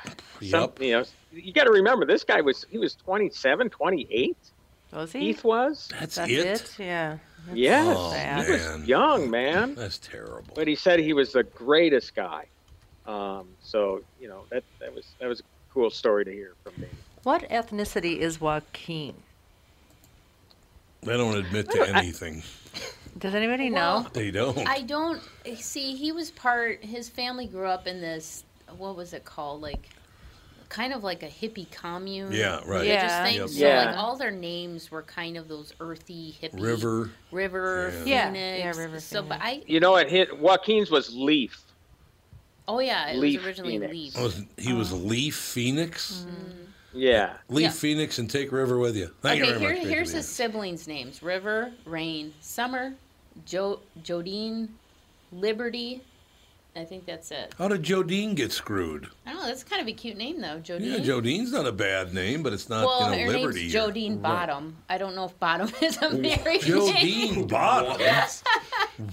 Speaker 4: some,
Speaker 1: Yep.
Speaker 4: you know, you got to remember this guy was, he was 27, 28.
Speaker 2: Was he?
Speaker 4: Heath was.
Speaker 1: That's,
Speaker 2: That's
Speaker 1: it.
Speaker 2: it? Yeah. That's
Speaker 4: Yes.
Speaker 1: Oh,
Speaker 2: sad.
Speaker 4: he was
Speaker 1: man.
Speaker 4: young, man.
Speaker 1: That's terrible.
Speaker 4: But he said he was the greatest guy. Um, so, you know, that, that was, that was a cool story to hear from me.
Speaker 2: What ethnicity is Joaquin?
Speaker 1: They don't admit to anything.
Speaker 2: Does anybody
Speaker 3: Well,
Speaker 2: know?
Speaker 1: They don't.
Speaker 3: I don't see. He was part. His family grew up in this. What was it called? Like, kind of like a hippie commune.
Speaker 1: Yeah, right.
Speaker 3: Yeah.
Speaker 2: Yeah.
Speaker 3: Just think,
Speaker 1: Yep.
Speaker 3: So
Speaker 4: Yeah.
Speaker 3: like all their names were kind of those earthy hippie.
Speaker 1: River.
Speaker 3: River.
Speaker 2: Yeah.
Speaker 3: Phoenix.
Speaker 2: Yeah, River,
Speaker 3: So, but I.
Speaker 4: You know what hit Joaquin's was Leaf.
Speaker 3: Oh yeah, it
Speaker 4: Leaf
Speaker 3: was originally
Speaker 4: Phoenix.
Speaker 3: Leaf.
Speaker 1: Was- he was Lee Phoenix.
Speaker 4: Yeah.
Speaker 1: Lee
Speaker 3: Oh. Mm. Yeah.
Speaker 1: Phoenix and take River with you. Thank you
Speaker 3: okay,
Speaker 1: very
Speaker 3: here,
Speaker 1: much. Great
Speaker 3: here's
Speaker 1: to be
Speaker 3: his siblings' names: River, Rain, Summer, jo- Jodine, Liberty. I think that's it.
Speaker 1: How did Jodine get screwed?
Speaker 3: I don't know. That's kind of a cute name though,
Speaker 1: Yeah,
Speaker 3: Jodine.
Speaker 1: Jodine's not a bad name, but it's not
Speaker 3: well,
Speaker 1: you know,
Speaker 3: her
Speaker 1: Liberty.
Speaker 3: name's
Speaker 1: or-
Speaker 3: Jodine Bottom. I don't know if Bottom is a married name.
Speaker 1: Jodine Bottoms.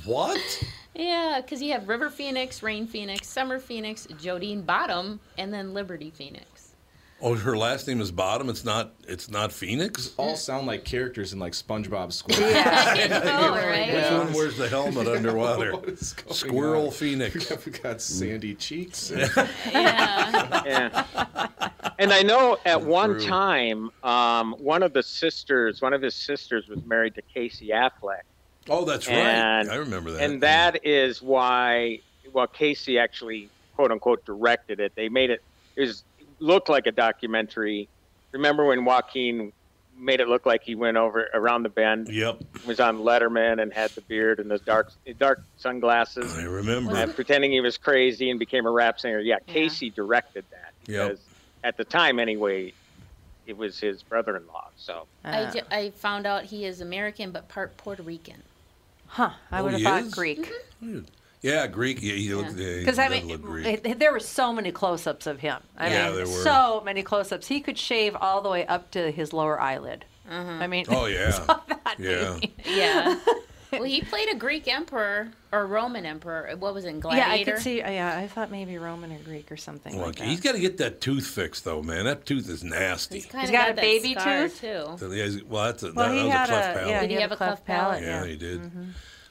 Speaker 1: what?
Speaker 3: Yeah, because you have River Phoenix, Rain Phoenix, Summer Phoenix, Jodine Bottom, and then Liberty Phoenix.
Speaker 1: Oh, her last name is Bottom. It's not. It's not Phoenix.
Speaker 5: All sound like characters in like SpongeBob SquarePants.
Speaker 3: I know, right?
Speaker 1: Which one wears the helmet underwater?
Speaker 5: What is going
Speaker 1: Squirrel
Speaker 5: on?
Speaker 1: Phoenix.
Speaker 5: We got sandy cheeks.
Speaker 3: Yeah.
Speaker 4: Yeah. and I know at one
Speaker 1: True.
Speaker 4: time, um, one of the sisters, one of his sisters was married to Casey Affleck.
Speaker 1: Oh, that's right.
Speaker 4: And-
Speaker 1: I remember that.
Speaker 4: And that is why, well, Casey actually, quote unquote, directed it. They made it, it was, looked like a documentary. Remember when Joaquin made it look like he went over around the bend,
Speaker 1: Yep,
Speaker 4: was on Letterman and had the beard and the dark, dark sunglasses?
Speaker 1: I remember.
Speaker 4: uh, pretending he was crazy and became a rap singer. Yeah, Casey directed that
Speaker 1: Yep.
Speaker 4: because at the time, anyway, it was his brother-in-law. So
Speaker 3: I, ju- I found out he is American but part Puerto Rican.
Speaker 2: Huh. I
Speaker 1: Oh,
Speaker 2: would have
Speaker 1: he
Speaker 2: thought
Speaker 1: is?
Speaker 2: Greek.
Speaker 1: yeah, Greek. Yeah, he looked. Yeah.
Speaker 2: Because I
Speaker 1: he
Speaker 2: mean,
Speaker 1: looked Greek.
Speaker 2: it- there were so many close-ups of him. I
Speaker 1: Yeah,
Speaker 2: mean,
Speaker 1: there were.
Speaker 2: so many close-ups. He could shave all the way up to his lower eyelid. I mean,
Speaker 1: oh yeah, yeah.
Speaker 3: Yeah. well, he played a Greek emperor or Roman emperor. What was it,
Speaker 2: yeah,
Speaker 3: Gladiator?
Speaker 2: I could see. Yeah, I thought maybe Roman or Greek or something
Speaker 1: Look,
Speaker 2: like that.
Speaker 1: he's got to get that tooth fixed, though, man. That tooth is nasty.
Speaker 3: He's, kinda
Speaker 2: He's got a
Speaker 3: that
Speaker 2: baby
Speaker 3: scar,
Speaker 2: tooth?
Speaker 3: too.
Speaker 1: So, yeah, he's- well, that's a,
Speaker 2: well,
Speaker 1: that,
Speaker 2: he
Speaker 1: was
Speaker 2: had
Speaker 1: a cleft
Speaker 2: a,
Speaker 1: palate.
Speaker 2: yeah,
Speaker 3: Did he have a cleft palate?
Speaker 1: Yeah,
Speaker 2: Yeah, Mm-hmm.
Speaker 1: he did.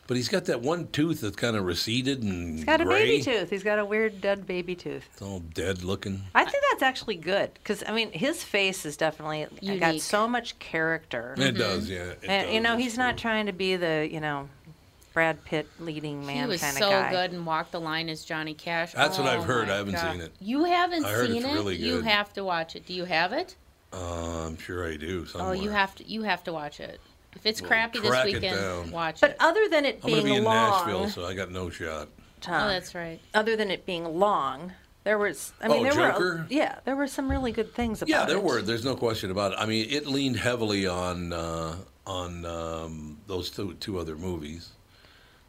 Speaker 1: But he's got that one tooth that's kind of receded and
Speaker 2: he's got a
Speaker 1: gray.
Speaker 2: baby tooth. He's got a weird dead baby tooth.
Speaker 1: It's all dead looking.
Speaker 2: I think that's actually good because I mean his face is definitely got
Speaker 3: Unique.
Speaker 2: so much character,
Speaker 1: It does, yeah. it
Speaker 2: Mm-hmm. and you
Speaker 1: does,
Speaker 2: know
Speaker 1: it's
Speaker 2: he's
Speaker 1: true.
Speaker 2: not trying to be the you know Brad Pitt leading
Speaker 3: He
Speaker 2: man
Speaker 3: was
Speaker 2: kind of
Speaker 3: so
Speaker 2: guy.
Speaker 3: good and walked the line as Johnny Cash.
Speaker 1: That's what
Speaker 3: Oh
Speaker 1: I've heard.
Speaker 3: my
Speaker 1: I haven't
Speaker 3: God.
Speaker 1: seen it.
Speaker 3: You haven't
Speaker 1: I heard
Speaker 3: seen
Speaker 1: it's
Speaker 3: it.
Speaker 1: really
Speaker 3: You
Speaker 1: good.
Speaker 3: have to watch it. Do you have it?
Speaker 1: Uh, I'm sure I do. Somewhere.
Speaker 3: Oh, you have to. You have to watch it. If it's
Speaker 1: Well,
Speaker 3: crappy this
Speaker 1: crack it
Speaker 3: weekend,
Speaker 1: down.
Speaker 3: watch
Speaker 2: But
Speaker 3: it.
Speaker 2: other than it
Speaker 1: I'm gonna
Speaker 2: being
Speaker 1: be in
Speaker 2: long,
Speaker 1: Nashville, so I got no shot.
Speaker 3: Oh,
Speaker 2: Tom,
Speaker 3: that's right.
Speaker 2: other than it being long, there was I mean
Speaker 1: Oh,
Speaker 2: there were
Speaker 1: Joker?
Speaker 2: yeah there were some really good things about
Speaker 1: Yeah, there
Speaker 2: it.
Speaker 1: were. There's no question about it. I mean, it leaned heavily on uh, on um, those two two other movies.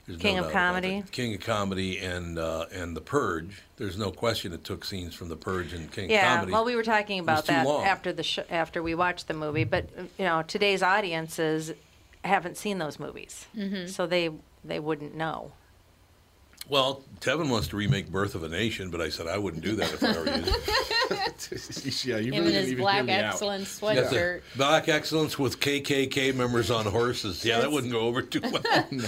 Speaker 1: There's
Speaker 2: King of
Speaker 1: doubt about
Speaker 2: Comedy.
Speaker 1: that. King of Comedy, and uh, and The Purge. There's no question it took scenes from The Purge and King
Speaker 2: Yeah,
Speaker 1: of Comedy.
Speaker 2: well, we were talking
Speaker 1: was
Speaker 2: about
Speaker 1: too
Speaker 2: that
Speaker 1: long.
Speaker 2: after the sh- after we watched the movie, but uh, you know, today's
Speaker 3: Mm-hmm.
Speaker 2: audiences haven't seen those movies, so they they wouldn't know.
Speaker 1: Well, Tevin wants to remake Birth of a Nation, but I said I wouldn't do that if I were you.
Speaker 5: yeah, you really
Speaker 3: Him and
Speaker 5: didn't
Speaker 3: his
Speaker 5: even
Speaker 3: black
Speaker 5: hear me out.
Speaker 3: excellence
Speaker 1: That's a-
Speaker 3: sweatshirt.
Speaker 1: Black excellence with KKK members on horses. Yeah, that wouldn't go over too well. no,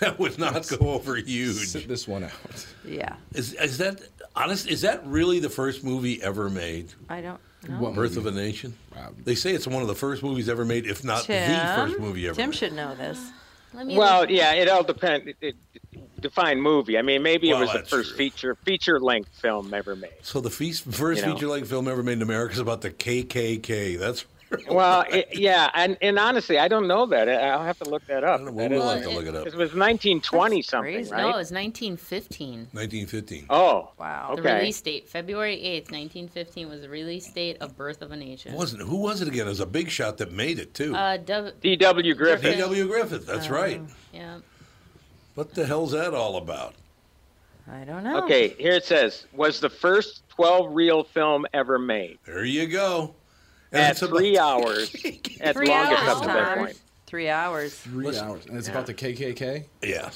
Speaker 1: that would not go over huge.
Speaker 5: Sit this one out.
Speaker 2: Yeah.
Speaker 1: Is, is that honest? Is that really the first movie ever made?
Speaker 2: I don't know.
Speaker 5: What
Speaker 1: Birth
Speaker 5: movie?
Speaker 1: of a Nation. They say it's one of the first movies ever made, if not the first movie ever.
Speaker 2: Tim
Speaker 1: made.
Speaker 2: should know this.
Speaker 3: Let me
Speaker 4: Well,
Speaker 3: look.
Speaker 4: yeah, it all depends. It, it, define movie. I mean, maybe
Speaker 1: Well,
Speaker 4: it was the
Speaker 1: that's
Speaker 4: first
Speaker 1: true.
Speaker 4: feature feature length film ever made.
Speaker 1: So the feast, first
Speaker 4: You know.
Speaker 1: feature-length film ever made in America is about the KKK. That's
Speaker 4: Well, it, yeah, and, and honestly, I don't know that. I- I'll have to look that up.
Speaker 1: I don't know,
Speaker 4: That
Speaker 1: we'll
Speaker 4: is-
Speaker 1: have to look it up.
Speaker 4: it was 1920 something,
Speaker 2: crazy.
Speaker 4: right?
Speaker 3: No, it's 1915.
Speaker 1: 1915.
Speaker 4: Oh,
Speaker 2: Wow.
Speaker 3: The
Speaker 4: Okay.
Speaker 3: release date, February 8th, 1915, was the release date of Birth of a
Speaker 4: Oh.
Speaker 3: Nation.
Speaker 1: Wasn't who was it again? It was a big shot that made it too.
Speaker 3: Uh, W-
Speaker 4: D.W. Griffith.
Speaker 1: D.W. Griffith.
Speaker 2: Oh.
Speaker 1: That's right.
Speaker 3: yeah.
Speaker 1: What the hell's that all about?
Speaker 2: I don't know.
Speaker 4: Okay, here it says was the first 12 reel film ever made
Speaker 1: There you go. And
Speaker 4: at
Speaker 1: it's about-
Speaker 4: three hours. at
Speaker 2: Three
Speaker 4: longest
Speaker 2: hours,
Speaker 4: up to that
Speaker 2: Tom.
Speaker 4: point.
Speaker 2: Three hours.
Speaker 5: Three hours, and it's about the KKK.
Speaker 1: Yeah.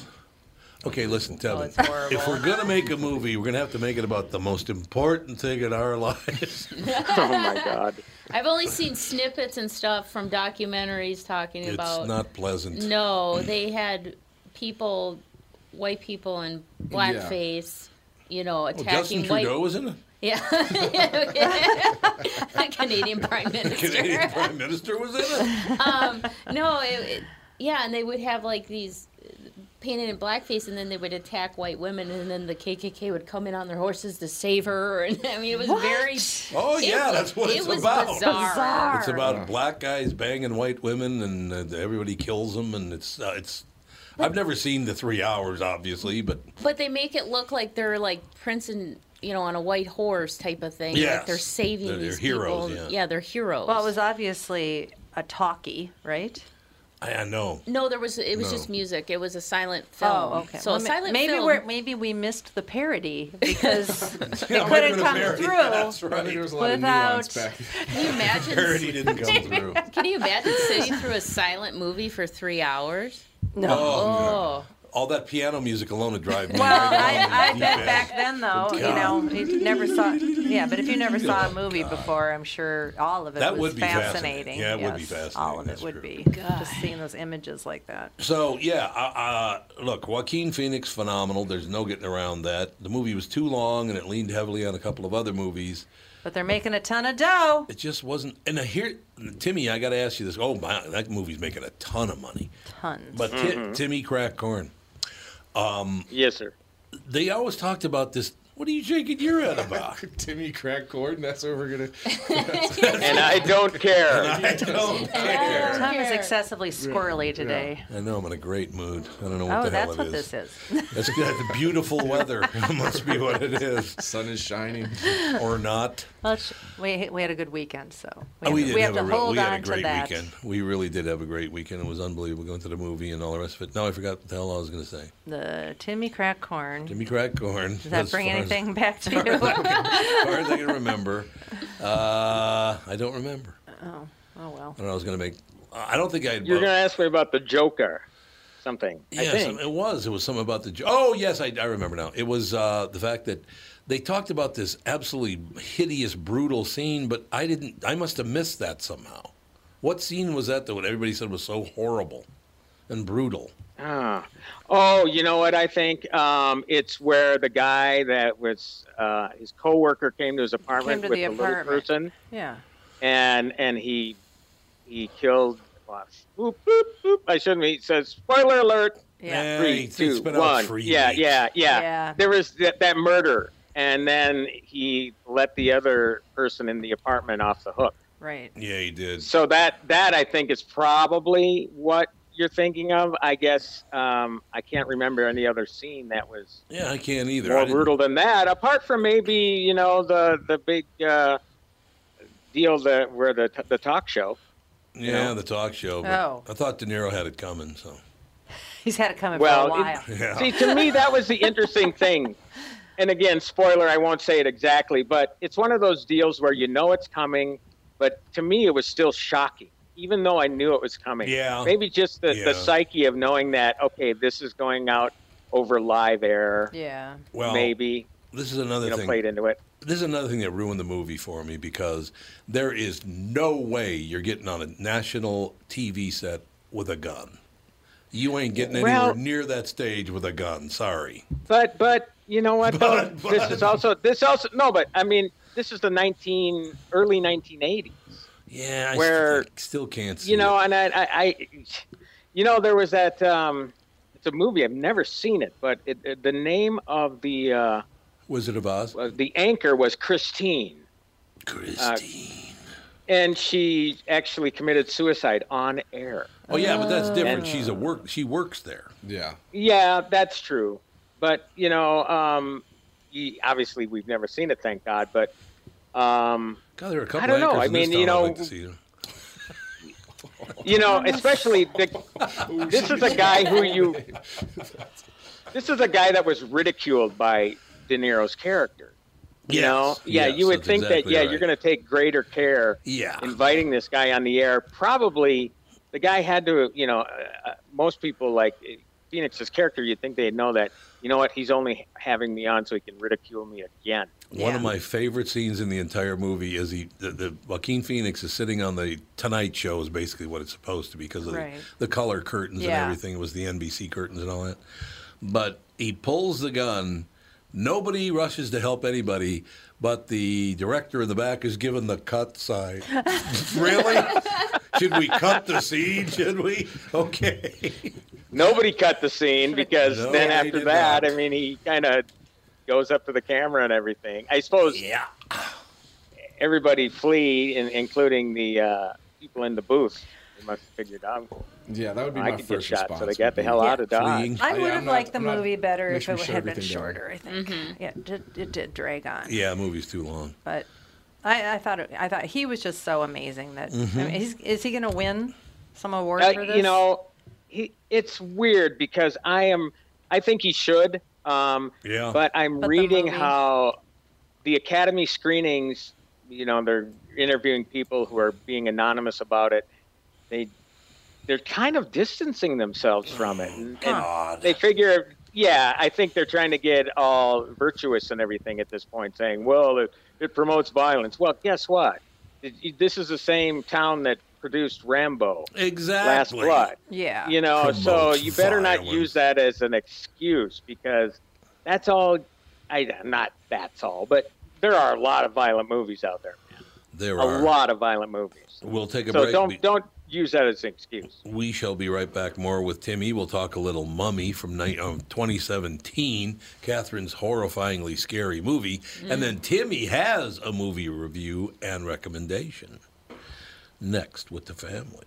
Speaker 1: Okay, listen,
Speaker 3: Oh,
Speaker 1: Tevin.
Speaker 3: it's horrible.
Speaker 1: if we're gonna make a movie, we're gonna have to make it about the most important thing in our lives.
Speaker 4: Oh my God.
Speaker 3: I've only seen snippets and stuff from documentaries talking
Speaker 1: it's
Speaker 3: about.
Speaker 1: not pleasant.
Speaker 3: No, they had people, white people in blackface, you know,
Speaker 1: Well, Oh, Justin
Speaker 3: attacking white.
Speaker 1: Trudeau was in it.
Speaker 3: Yeah, Canadian Prime Minister.
Speaker 1: Canadian Prime Minister was in it.
Speaker 3: No, it, it, yeah, and they would have like these uh, painted in blackface, and then they would attack white women, and then the KKK would come in on their horses to save her. And I mean, it was very.
Speaker 1: Oh
Speaker 3: it
Speaker 1: yeah,
Speaker 3: was-
Speaker 1: that's what
Speaker 3: it
Speaker 1: it's
Speaker 3: was
Speaker 1: about.
Speaker 3: Bizarre.
Speaker 2: Bizarre.
Speaker 1: It's about black guys banging white women, and uh, everybody kills them, and it's uh, it's. I've never seen the three hours, obviously, but
Speaker 3: But they make it look like they're like prince and you know on a white horse type of thing.
Speaker 1: Yes.
Speaker 3: Like they're saving
Speaker 1: They're- they're
Speaker 3: these
Speaker 1: heroes,
Speaker 3: people.
Speaker 1: yeah.
Speaker 3: they're heroes.
Speaker 2: Well, it was obviously a talkie, right?
Speaker 1: I, I know.
Speaker 3: no, there was it was
Speaker 1: No.
Speaker 3: just music. It was a silent film.
Speaker 2: Oh, okay.
Speaker 3: So
Speaker 2: Well,
Speaker 3: a
Speaker 2: ma-
Speaker 3: silent
Speaker 2: maybe
Speaker 3: film.
Speaker 2: we're maybe we missed the parody because it
Speaker 1: Yeah, might
Speaker 2: couldn't
Speaker 1: have been a
Speaker 2: come
Speaker 1: parody.
Speaker 2: through.
Speaker 1: That's
Speaker 5: I think there
Speaker 1: right.
Speaker 5: was a lot
Speaker 2: Without-
Speaker 5: of nuance back.
Speaker 3: Can you imagine?
Speaker 1: Parody didn't come through.
Speaker 3: can you imagine sitting through a silent movie for three hours?
Speaker 1: Oh,
Speaker 3: Oh,
Speaker 1: all that piano music alone would drive me.
Speaker 2: Well,
Speaker 1: right along
Speaker 2: I, I
Speaker 1: the
Speaker 2: bet
Speaker 1: deep
Speaker 2: back
Speaker 1: end.
Speaker 2: then though, you know, if you never saw. Yeah, but if you never saw a movie before, I'm sure all of it
Speaker 1: That
Speaker 2: was
Speaker 1: would be fascinating.
Speaker 2: fascinating.
Speaker 1: Yeah, it would be
Speaker 2: Yes,
Speaker 1: fascinating.
Speaker 2: All of it
Speaker 1: That's
Speaker 2: would
Speaker 1: true.
Speaker 2: be. Just seeing those images like that.
Speaker 1: So yeah, uh, uh, look, Joaquin Phoenix, phenomenal. There's no getting around that. The movie was too long, and it leaned heavily on a couple of other movies.
Speaker 2: But they're making a ton of dough.
Speaker 1: It just wasn't. And uh, here, Timmy, I got to ask you this. Oh my, that movie's making a ton of money.
Speaker 2: Tons.
Speaker 1: But Ti- Timmy crack corn.
Speaker 4: Yes, sir.
Speaker 1: They always talked about this. What are you shaking your head about?
Speaker 5: Timmy crack cord, and that's what we're gonna.
Speaker 4: And I don't care.
Speaker 1: I don't care.
Speaker 2: Tom is excessively squirrely today.
Speaker 1: I know I'm in a great mood. I don't know what
Speaker 2: Oh,
Speaker 1: the hell
Speaker 2: that's
Speaker 1: it
Speaker 2: what
Speaker 1: is.
Speaker 2: this is.
Speaker 1: That's good. The beautiful weather It must be what it is,
Speaker 5: Sun is shining.
Speaker 1: or not.
Speaker 2: Well, sh- we we had a good weekend, so we,
Speaker 1: Oh,
Speaker 2: have-
Speaker 1: we did
Speaker 2: we
Speaker 1: have,
Speaker 2: have
Speaker 1: a
Speaker 2: to
Speaker 1: real,
Speaker 2: hold
Speaker 1: we had a
Speaker 2: on to
Speaker 1: great
Speaker 2: that.
Speaker 1: weekend. We really did have a great weekend. It was unbelievable going to the movie and all the rest of it. Now I forgot what the hell I was going to say.
Speaker 2: The Timmy crack corn.
Speaker 1: Jimmy Crack Corn.
Speaker 2: Does that bring anything back to you?
Speaker 1: As far as I can remember, uh, I don't remember. I
Speaker 2: oh well.
Speaker 1: don't know. I was going to make. I don't think I.
Speaker 4: You're going to ask me about the Joker, something. I
Speaker 1: Yes,
Speaker 4: think.
Speaker 1: it was. It was something about the. jo- Oh, yes, I, I remember now. It was uh, the fact that they talked about this absolutely hideous, brutal scene, but I didn't. I must have missed that somehow. What scene was that that what everybody said was so horrible and brutal?
Speaker 4: Ah. Oh, you know what I think? Um, it's where the guy that was uh, his coworker came to his
Speaker 2: Came
Speaker 4: apartment
Speaker 2: to
Speaker 4: with
Speaker 2: the
Speaker 4: the, little
Speaker 2: apartment.
Speaker 4: person,
Speaker 2: Yeah.
Speaker 4: and and he he killed. uh, Boop, boop, boop. I shouldn't. He says, "Spoiler alert!"
Speaker 2: Yeah.
Speaker 1: Eh,
Speaker 4: Three,
Speaker 1: it's-
Speaker 4: two,
Speaker 1: it's
Speaker 4: one.
Speaker 1: been out three
Speaker 4: yeah,
Speaker 1: weeks.
Speaker 4: yeah, yeah,
Speaker 2: Yeah.
Speaker 4: There was that, that murder, and then he let the other person in the apartment off the hook.
Speaker 2: Right.
Speaker 1: Yeah, he did.
Speaker 4: So that that I think is probably what you're thinking of. I guess um, I can't remember any other scene that was
Speaker 1: Yeah, I can't either. I
Speaker 4: more
Speaker 1: didn't-
Speaker 4: brutal than that. Apart from maybe you know the the big uh, deal that where the the talk show.
Speaker 1: Yeah, the talk show. But
Speaker 2: Oh.
Speaker 1: I thought De Niro had it coming. So
Speaker 2: He's had it coming
Speaker 4: Well,
Speaker 2: for a while.
Speaker 4: it-
Speaker 1: yeah,
Speaker 4: See, to me, that was the interesting thing. And again, spoiler, I won't say it exactly, but it's one of those deals where you know it's coming, but to me, it was still shocking, even though I knew it was coming.
Speaker 1: Yeah.
Speaker 4: Maybe just the,
Speaker 1: Yeah.
Speaker 4: the psyche of knowing that, okay, this is going out over live air.
Speaker 2: Yeah.
Speaker 1: Well,
Speaker 4: maybe
Speaker 1: This is another
Speaker 4: you know
Speaker 1: thing.
Speaker 4: played into it.
Speaker 1: This is another thing that ruined the movie for me because there is no way you're getting on a national TV set with a gun. You ain't getting anywhere
Speaker 4: Well-
Speaker 1: near that stage with a gun. Sorry.
Speaker 4: But but you know what? though?
Speaker 1: But-
Speaker 4: this
Speaker 1: but-
Speaker 4: is also this also no. But I mean, this is the nineteen early nineteen eighties.
Speaker 1: Yeah, I
Speaker 4: Where-
Speaker 1: st- I still can't see.
Speaker 4: You know,
Speaker 1: it.
Speaker 4: and I, I, I, you know, there was that. Um, it's a movie. I've never seen it, but it, it, the name of the uh,
Speaker 1: Wizard of Oz.
Speaker 4: uh, the anchor was Christine,
Speaker 1: Christine.
Speaker 4: and she actually committed suicide on air.
Speaker 1: oh yeah, but that's different. She's a work. She works there.
Speaker 5: Yeah.
Speaker 4: Yeah, that's true. But you know, um, y obviously we've never seen it, thank God. But um,
Speaker 1: God, there are a couple.
Speaker 4: don't know.
Speaker 1: anchors
Speaker 4: I
Speaker 1: in this
Speaker 4: mean, you
Speaker 1: town I'd
Speaker 4: know,
Speaker 1: like to see.
Speaker 4: you know, especially the, this is a guy who you this is a guy that was ridiculed by De Niro's character. You
Speaker 1: Yes,
Speaker 4: know, yeah,
Speaker 1: yes,
Speaker 4: you would
Speaker 1: that's
Speaker 4: think
Speaker 1: exactly
Speaker 4: that yeah,
Speaker 1: right.
Speaker 4: you're going to take greater care
Speaker 1: Yeah.
Speaker 4: inviting this guy on the air. Probably the guy had to, you know, uh, uh, most people like uh, Phoenix's character, you'd think they'd know that, you know what, he's only having me on so he can ridicule me again.
Speaker 1: One of my favorite scenes in the entire movie is he, the, the Joaquin Phoenix is sitting on the Tonight Show is basically what it's supposed to be because of
Speaker 2: Right.
Speaker 1: the, the color curtains and
Speaker 2: Yeah.
Speaker 1: everything. It was the NBC curtains and all that. But he pulls the gun. Nobody rushes to help anybody, but the director in the back is given the cut sign. really? Should we cut the scene? Should we? Okay.
Speaker 4: Nobody cut the scene because
Speaker 1: No,
Speaker 4: then
Speaker 1: they
Speaker 4: after
Speaker 1: did
Speaker 4: that,
Speaker 1: not.
Speaker 4: I mean, he kind of goes up to the camera and everything. I suppose
Speaker 1: Yeah.
Speaker 4: everybody flee, in, including the uh, people in the booth. They must have figured out
Speaker 5: Yeah, that would be
Speaker 4: I
Speaker 5: my
Speaker 4: could get
Speaker 5: first
Speaker 4: shot,
Speaker 5: response.
Speaker 4: so they
Speaker 5: would
Speaker 4: got the
Speaker 5: be-
Speaker 4: hell out of
Speaker 1: Fleeing.
Speaker 4: Dodge.
Speaker 2: I
Speaker 5: yeah,
Speaker 2: would
Speaker 5: I'm
Speaker 2: have
Speaker 5: not-
Speaker 2: liked the
Speaker 5: I'm not-
Speaker 2: movie better if
Speaker 5: makes me
Speaker 2: it
Speaker 5: shut
Speaker 2: had been
Speaker 5: everything down.
Speaker 2: shorter. I think.
Speaker 4: Mm-hmm.
Speaker 2: Yeah, it did, it did drag on.
Speaker 1: Yeah, the movie's too long.
Speaker 2: But I, I thought it, I thought he was just so amazing that
Speaker 1: Mm-hmm.
Speaker 2: I mean, he's, is he going to win some award
Speaker 4: Uh,
Speaker 2: for this?
Speaker 4: you know, he, it's weird because I am. I think he should. Um,
Speaker 1: Yeah.
Speaker 4: But I'm
Speaker 2: But the
Speaker 4: reading
Speaker 2: movie-
Speaker 4: how the Academy screenings. You know, they're interviewing people who are being anonymous about it. They they're kind of distancing themselves from it, and, and they figure. Yeah, I think they're trying to get all virtuous and everything at this point, saying, "Well, it, it promotes violence." Well, guess what? It- This is the same town that produced Rambo. Last
Speaker 1: Exactly.
Speaker 4: Blood.
Speaker 2: Yeah.
Speaker 4: You know, so
Speaker 1: Promotes
Speaker 4: you better not
Speaker 1: violence.
Speaker 4: use that as an excuse because that's all. I not that's all, but there are a lot of violent movies out there.
Speaker 1: There
Speaker 4: A
Speaker 1: are.
Speaker 4: lot of violent movies.
Speaker 1: We'll take a
Speaker 4: So
Speaker 1: break. We-
Speaker 4: don't don't use that as an excuse.
Speaker 1: We shall be right back more with Timmy. We'll talk a little Mummy from ni- um, 2017, Catherine's horrifyingly scary movie. And then Timmy has a movie review and recommendation. Next with the family.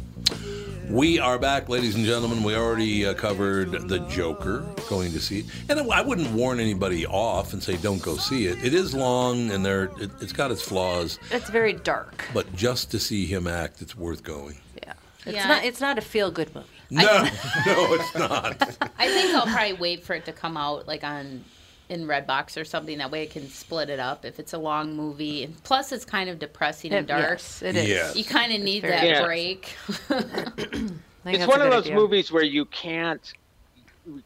Speaker 1: We are back, ladies and gentlemen. We already uh, covered The Joker, going to see it. And I I wouldn't warn anybody off and say, don't go see it. It is long and there, it, it's got its flaws,
Speaker 2: It's very dark.
Speaker 1: but just to see him act, it's worth going.
Speaker 2: Yeah. It's
Speaker 3: Yeah.
Speaker 2: not. It's not a feel good movie.
Speaker 1: No, no, it's not.
Speaker 3: I think I'll probably wait for it to come out like on in Redbox or something. That way I can split it up if it's a long movie. And plus, it's kind of depressing and
Speaker 2: It-
Speaker 3: dark.
Speaker 2: yes, it is. Yes.
Speaker 3: You kind of need
Speaker 2: very
Speaker 3: that
Speaker 2: dark.
Speaker 3: break.
Speaker 2: think
Speaker 4: It's
Speaker 2: that's
Speaker 4: one
Speaker 2: a
Speaker 4: of
Speaker 2: good
Speaker 4: those
Speaker 2: idea.
Speaker 4: movies where you can't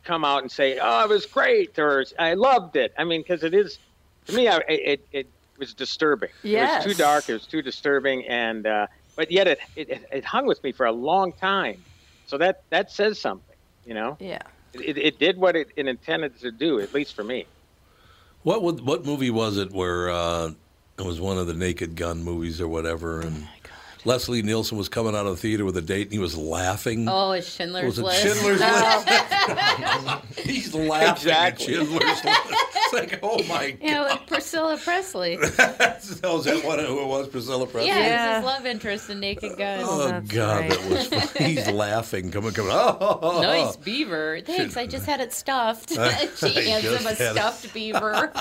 Speaker 4: come out and say, "Oh, it was great" or "I loved it." I mean, because it is to me, I, it it was disturbing.
Speaker 2: Yes.
Speaker 4: It was too dark. It was too disturbing, and uh, but yet it, it it hung with me for a long time. So that that says something, you know.
Speaker 2: Yeah.
Speaker 4: It, it, it did what it, it intended to do, at least for me.
Speaker 1: What would, what movie was it where uh, it was one of the Naked Gun movies or whatever?
Speaker 3: Oh
Speaker 1: And Leslie Nielsen was coming out of the theater with a date and he was laughing.
Speaker 3: oh, it's
Speaker 1: was
Speaker 3: Schindler's
Speaker 1: it
Speaker 3: List. Oh.
Speaker 1: Schindler's
Speaker 3: List.
Speaker 1: He's laughing
Speaker 4: Exactly.
Speaker 1: at Schindler's List. It's like, oh my
Speaker 3: yeah, with Priscilla Presley.
Speaker 1: God, is that what it, who it was, Priscilla Presley?
Speaker 3: Yeah,
Speaker 2: Yeah.
Speaker 3: it's his love interest in Naked Gun.
Speaker 1: Oh, God, that was funny. He's laughing. Coming, coming. Oh, oh, oh, oh.
Speaker 3: Nice beaver. Thanks. I just had it stuffed. she
Speaker 1: I
Speaker 3: hands
Speaker 1: just
Speaker 3: him a
Speaker 1: had it-
Speaker 3: stuffed beaver.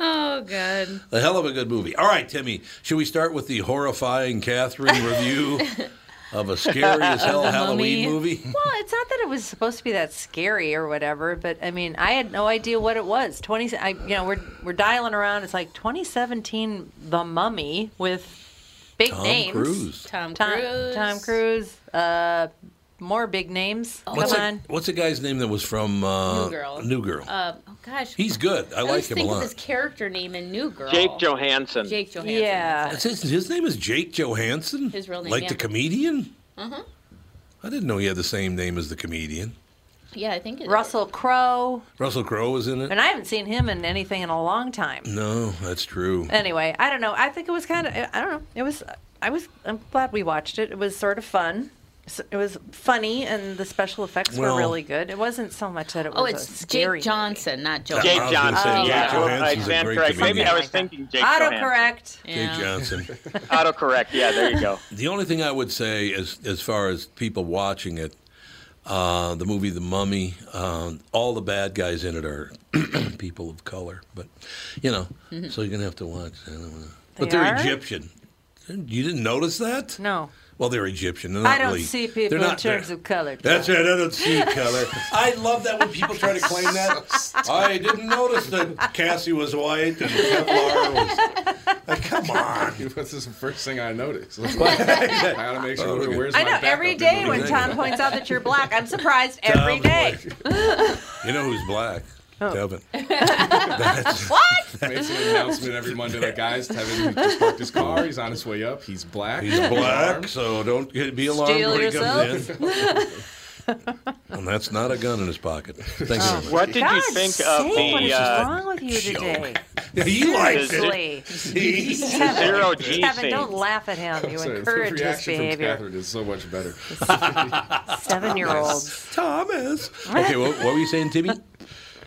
Speaker 3: oh, God.
Speaker 1: A hell of a good movie. All right, Timmy, should we start with the horrifying Catherine review of a scary as hell
Speaker 3: The
Speaker 1: Halloween
Speaker 3: Mummy.
Speaker 1: movie?
Speaker 2: Well, it's not that it was supposed to be that scary or whatever, but I mean, I had no idea what it was. Twenty, I, you know, we're we're dialing around. It's like 2017, The Mummy with big
Speaker 1: Tom
Speaker 2: names.
Speaker 1: Cruise.
Speaker 3: Tom,
Speaker 2: Tom
Speaker 3: Cruise.
Speaker 2: Tom Cruise. Uh, more big names.
Speaker 1: Oh, What's
Speaker 2: Come
Speaker 1: the,
Speaker 2: on.
Speaker 1: what's the guy's name that was from uh,
Speaker 3: New Girl.
Speaker 1: New Girl.
Speaker 3: Uh, oh, gosh.
Speaker 1: He's good. I, like
Speaker 3: always
Speaker 1: him a
Speaker 3: think of
Speaker 1: lot.
Speaker 3: his character name in New
Speaker 2: Oh.
Speaker 3: Girl.
Speaker 4: Jake Johansson.
Speaker 3: Jake Johansson.
Speaker 2: Yeah.
Speaker 1: That's His, his name is Jake Johansson.
Speaker 3: His real name,
Speaker 1: like
Speaker 3: yeah.
Speaker 1: the comedian. Mm-hmm. I didn't know he had the same name as the comedian.
Speaker 3: Yeah, I think it's
Speaker 2: Russell Crowe.
Speaker 1: Russell Crowe was in it.
Speaker 2: And I haven't seen him in anything in a long time.
Speaker 1: No, that's true.
Speaker 3: Uh,
Speaker 2: Anyway, I don't know. I think it was kind of. I don't know. It was. I was. I'm glad we watched it. It was sort of fun. S- It was funny, and the special effects
Speaker 1: Well-
Speaker 2: were really good. It wasn't so much that it was.
Speaker 3: Oh,
Speaker 2: a
Speaker 3: it's
Speaker 2: scary
Speaker 3: Jake Johnson, not Joe.
Speaker 4: Jake
Speaker 1: I was gonna
Speaker 4: Johnson.
Speaker 1: say, Jake
Speaker 4: yeah,
Speaker 1: Johansson's
Speaker 4: I
Speaker 1: a
Speaker 4: stand
Speaker 1: great
Speaker 4: correct. Maybe I
Speaker 1: comedian.
Speaker 4: was thinking Jake Johansson.
Speaker 2: Autocorrect.
Speaker 3: Yeah.
Speaker 1: Jake Johnson.
Speaker 4: Autocorrect. Yeah, there you go.
Speaker 1: The only thing I would say, as as far as people watching it, uh, the movie The Mummy, uh, all the bad guys in it are people of color. But you know, so you're gonna have to watch. I don't know. But
Speaker 2: Mm-hmm. They
Speaker 1: they're
Speaker 2: are?
Speaker 1: Egyptian. You didn't notice that?
Speaker 2: No.
Speaker 1: Well, they're Egyptian. They're
Speaker 2: I
Speaker 1: not
Speaker 2: don't
Speaker 1: really-
Speaker 2: see
Speaker 1: they're
Speaker 2: people in
Speaker 1: not-
Speaker 2: terms
Speaker 1: they're-
Speaker 2: of color.
Speaker 1: That's right. I don't see color. I love that when people try to claim that. I didn't notice that Cassie was white and Kevlar was. Like, come on.
Speaker 5: This is the first thing I noticed. I gotta make sure. Where's
Speaker 2: I
Speaker 5: my
Speaker 2: know
Speaker 5: backup
Speaker 2: every day
Speaker 5: in
Speaker 2: when
Speaker 5: the-
Speaker 2: Tom points out that you're black, I'm surprised every day.
Speaker 1: You know who's black?
Speaker 2: Oh.
Speaker 1: Devin.
Speaker 2: What?
Speaker 5: makes an announcement every Monday that guys, Tevin just parked his car. He's on his way up. He's black.
Speaker 1: He's black,
Speaker 5: armed.
Speaker 1: so don't get, be alarmed
Speaker 2: Steal
Speaker 1: when he
Speaker 2: yourself.
Speaker 1: comes in. and that's not a gun in his pocket. Thank
Speaker 2: Oh.
Speaker 1: you. very much.
Speaker 4: What did you think of
Speaker 2: sake, what
Speaker 4: the
Speaker 2: is
Speaker 4: uh,
Speaker 2: wrong with you today?
Speaker 1: He likes it.
Speaker 2: Seriously,
Speaker 1: He-
Speaker 4: zero G
Speaker 2: Kevin,
Speaker 4: scene?
Speaker 2: don't laugh at him. You
Speaker 5: Sorry,
Speaker 2: encourage
Speaker 5: the
Speaker 2: this
Speaker 5: reaction from
Speaker 2: behavior.
Speaker 5: Catherine is so much better.
Speaker 2: Seven-year-olds.
Speaker 1: Thomas. Okay, what, what were you saying, Timmy?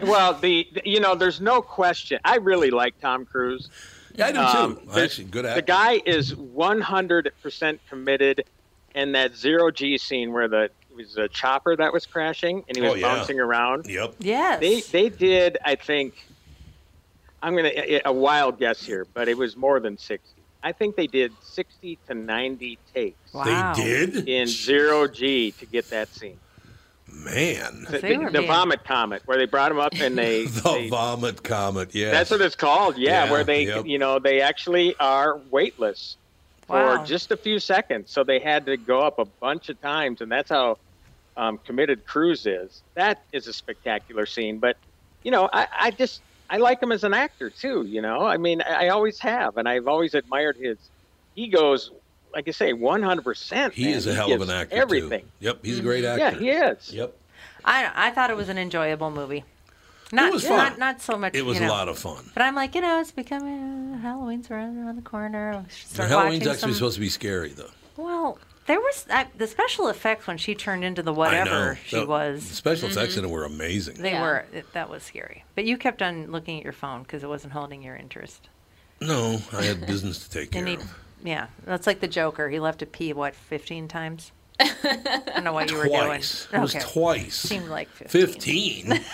Speaker 4: Well, the you know, there's no question. I really like Tom Cruise.
Speaker 1: Yeah, I do
Speaker 4: Um,
Speaker 1: too. Actually, good actor.
Speaker 4: The guy is 100% committed in that zero G scene where the it was a chopper that was crashing and he was
Speaker 1: Oh, yeah.
Speaker 4: bouncing around.
Speaker 1: Yep.
Speaker 2: Yes.
Speaker 4: They they did, I think. I'm gonna a a wild guess here, but it was more than 60. I think they did 60 to 90 takes
Speaker 2: wow.
Speaker 1: They did?
Speaker 4: in zero G to get that scene.
Speaker 1: Man.
Speaker 4: The,
Speaker 2: They
Speaker 4: the-
Speaker 2: were
Speaker 4: the
Speaker 2: being-
Speaker 4: vomit comet where they brought him up and they,
Speaker 1: The
Speaker 4: they
Speaker 1: vomit comet, yeah.
Speaker 4: That's what it's called, yeah.
Speaker 1: Yeah,
Speaker 4: where they,
Speaker 1: yep.
Speaker 4: you know, they actually are weightless
Speaker 2: Wow.
Speaker 4: for just a few seconds. So they had to go up a bunch of times, and that's how um, committed Cruz is. That is a spectacular scene. But you know, I, I just I like him as an actor too. You know, I mean, I, I always have, and I've always admired his. He goes, like I say, one hundred percent.
Speaker 1: He is a hell of an actor. too.
Speaker 4: Everything.
Speaker 1: Yep, he's a great
Speaker 4: Yeah,
Speaker 1: actor.
Speaker 4: he is.
Speaker 1: Yep.
Speaker 2: I I thought it was an enjoyable movie. Not
Speaker 1: was fun.
Speaker 2: not not so much.
Speaker 1: It was
Speaker 2: you know,
Speaker 1: a lot of fun.
Speaker 2: But I'm like, you know, it's becoming uh, Halloween's around, around the corner. I should Start
Speaker 1: Halloween's
Speaker 2: watching
Speaker 1: actually
Speaker 2: some-
Speaker 1: supposed to be scary, though.
Speaker 2: Well, there was I, the special effects when she turned into the
Speaker 1: I know.
Speaker 2: whatever she
Speaker 1: The- the
Speaker 2: was. Mm-hmm.
Speaker 1: special effects in it were amazing.
Speaker 2: They
Speaker 3: Yeah.
Speaker 2: were it, that was scary. But you kept on looking at your phone because it wasn't holding your interest.
Speaker 1: No, I had business to take care
Speaker 2: Didn't
Speaker 1: of.
Speaker 2: need Yeah, that's like the Joker. He left a pee what fifteen times. I don't know what you were doing.
Speaker 1: Twice. It was
Speaker 2: Okay.
Speaker 1: twice.
Speaker 2: Seemed like fifteen.
Speaker 1: 15?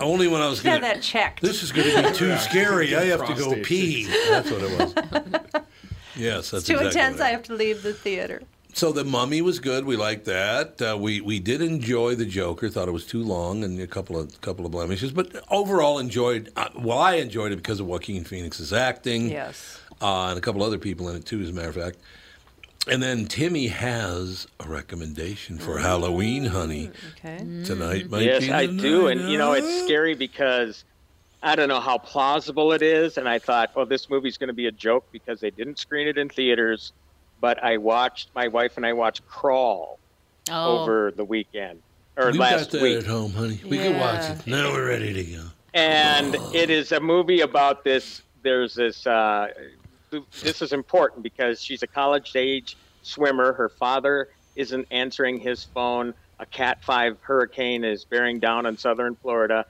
Speaker 1: Only when I was
Speaker 2: Yeah,
Speaker 1: going
Speaker 2: that checked.
Speaker 1: This is going to be too
Speaker 5: Yeah.
Speaker 1: scary. I have to go
Speaker 5: Prostate.
Speaker 1: pee. That's what it was. Yes, that's
Speaker 2: It's too
Speaker 1: exactly
Speaker 2: intense.
Speaker 1: what it
Speaker 2: I have to leave the theater.
Speaker 1: So the mummy was good. We liked that. Uh, we we did enjoy the Joker. Thought it was too long and a couple of couple of blemishes, but overall enjoyed. Uh, well, I enjoyed it because of Joaquin Phoenix's acting.
Speaker 2: Yes.
Speaker 1: uh, and a couple other people in it too, as a matter of fact. And then Timmy has a recommendation for Halloween, honey.
Speaker 2: Okay.
Speaker 4: Mm.
Speaker 1: Tonight might
Speaker 4: yes,
Speaker 1: be
Speaker 4: I
Speaker 1: the
Speaker 4: do,
Speaker 1: night.
Speaker 4: and you know it's scary because I don't know how plausible it is. And I thought, oh, this movie's going to be a joke because they didn't screen it in theaters. But I watched my wife and I watched Crawl
Speaker 3: Oh.
Speaker 4: over the weekend or
Speaker 1: we got
Speaker 4: last
Speaker 1: that
Speaker 4: week.
Speaker 1: at home, honey. We can watch it. Now we're ready to go.
Speaker 4: and it is a movie about this. There's this. Uh, this is important because she's a college-age swimmer. Her father isn't answering his phone. A Cat Five hurricane is bearing down on southern Florida.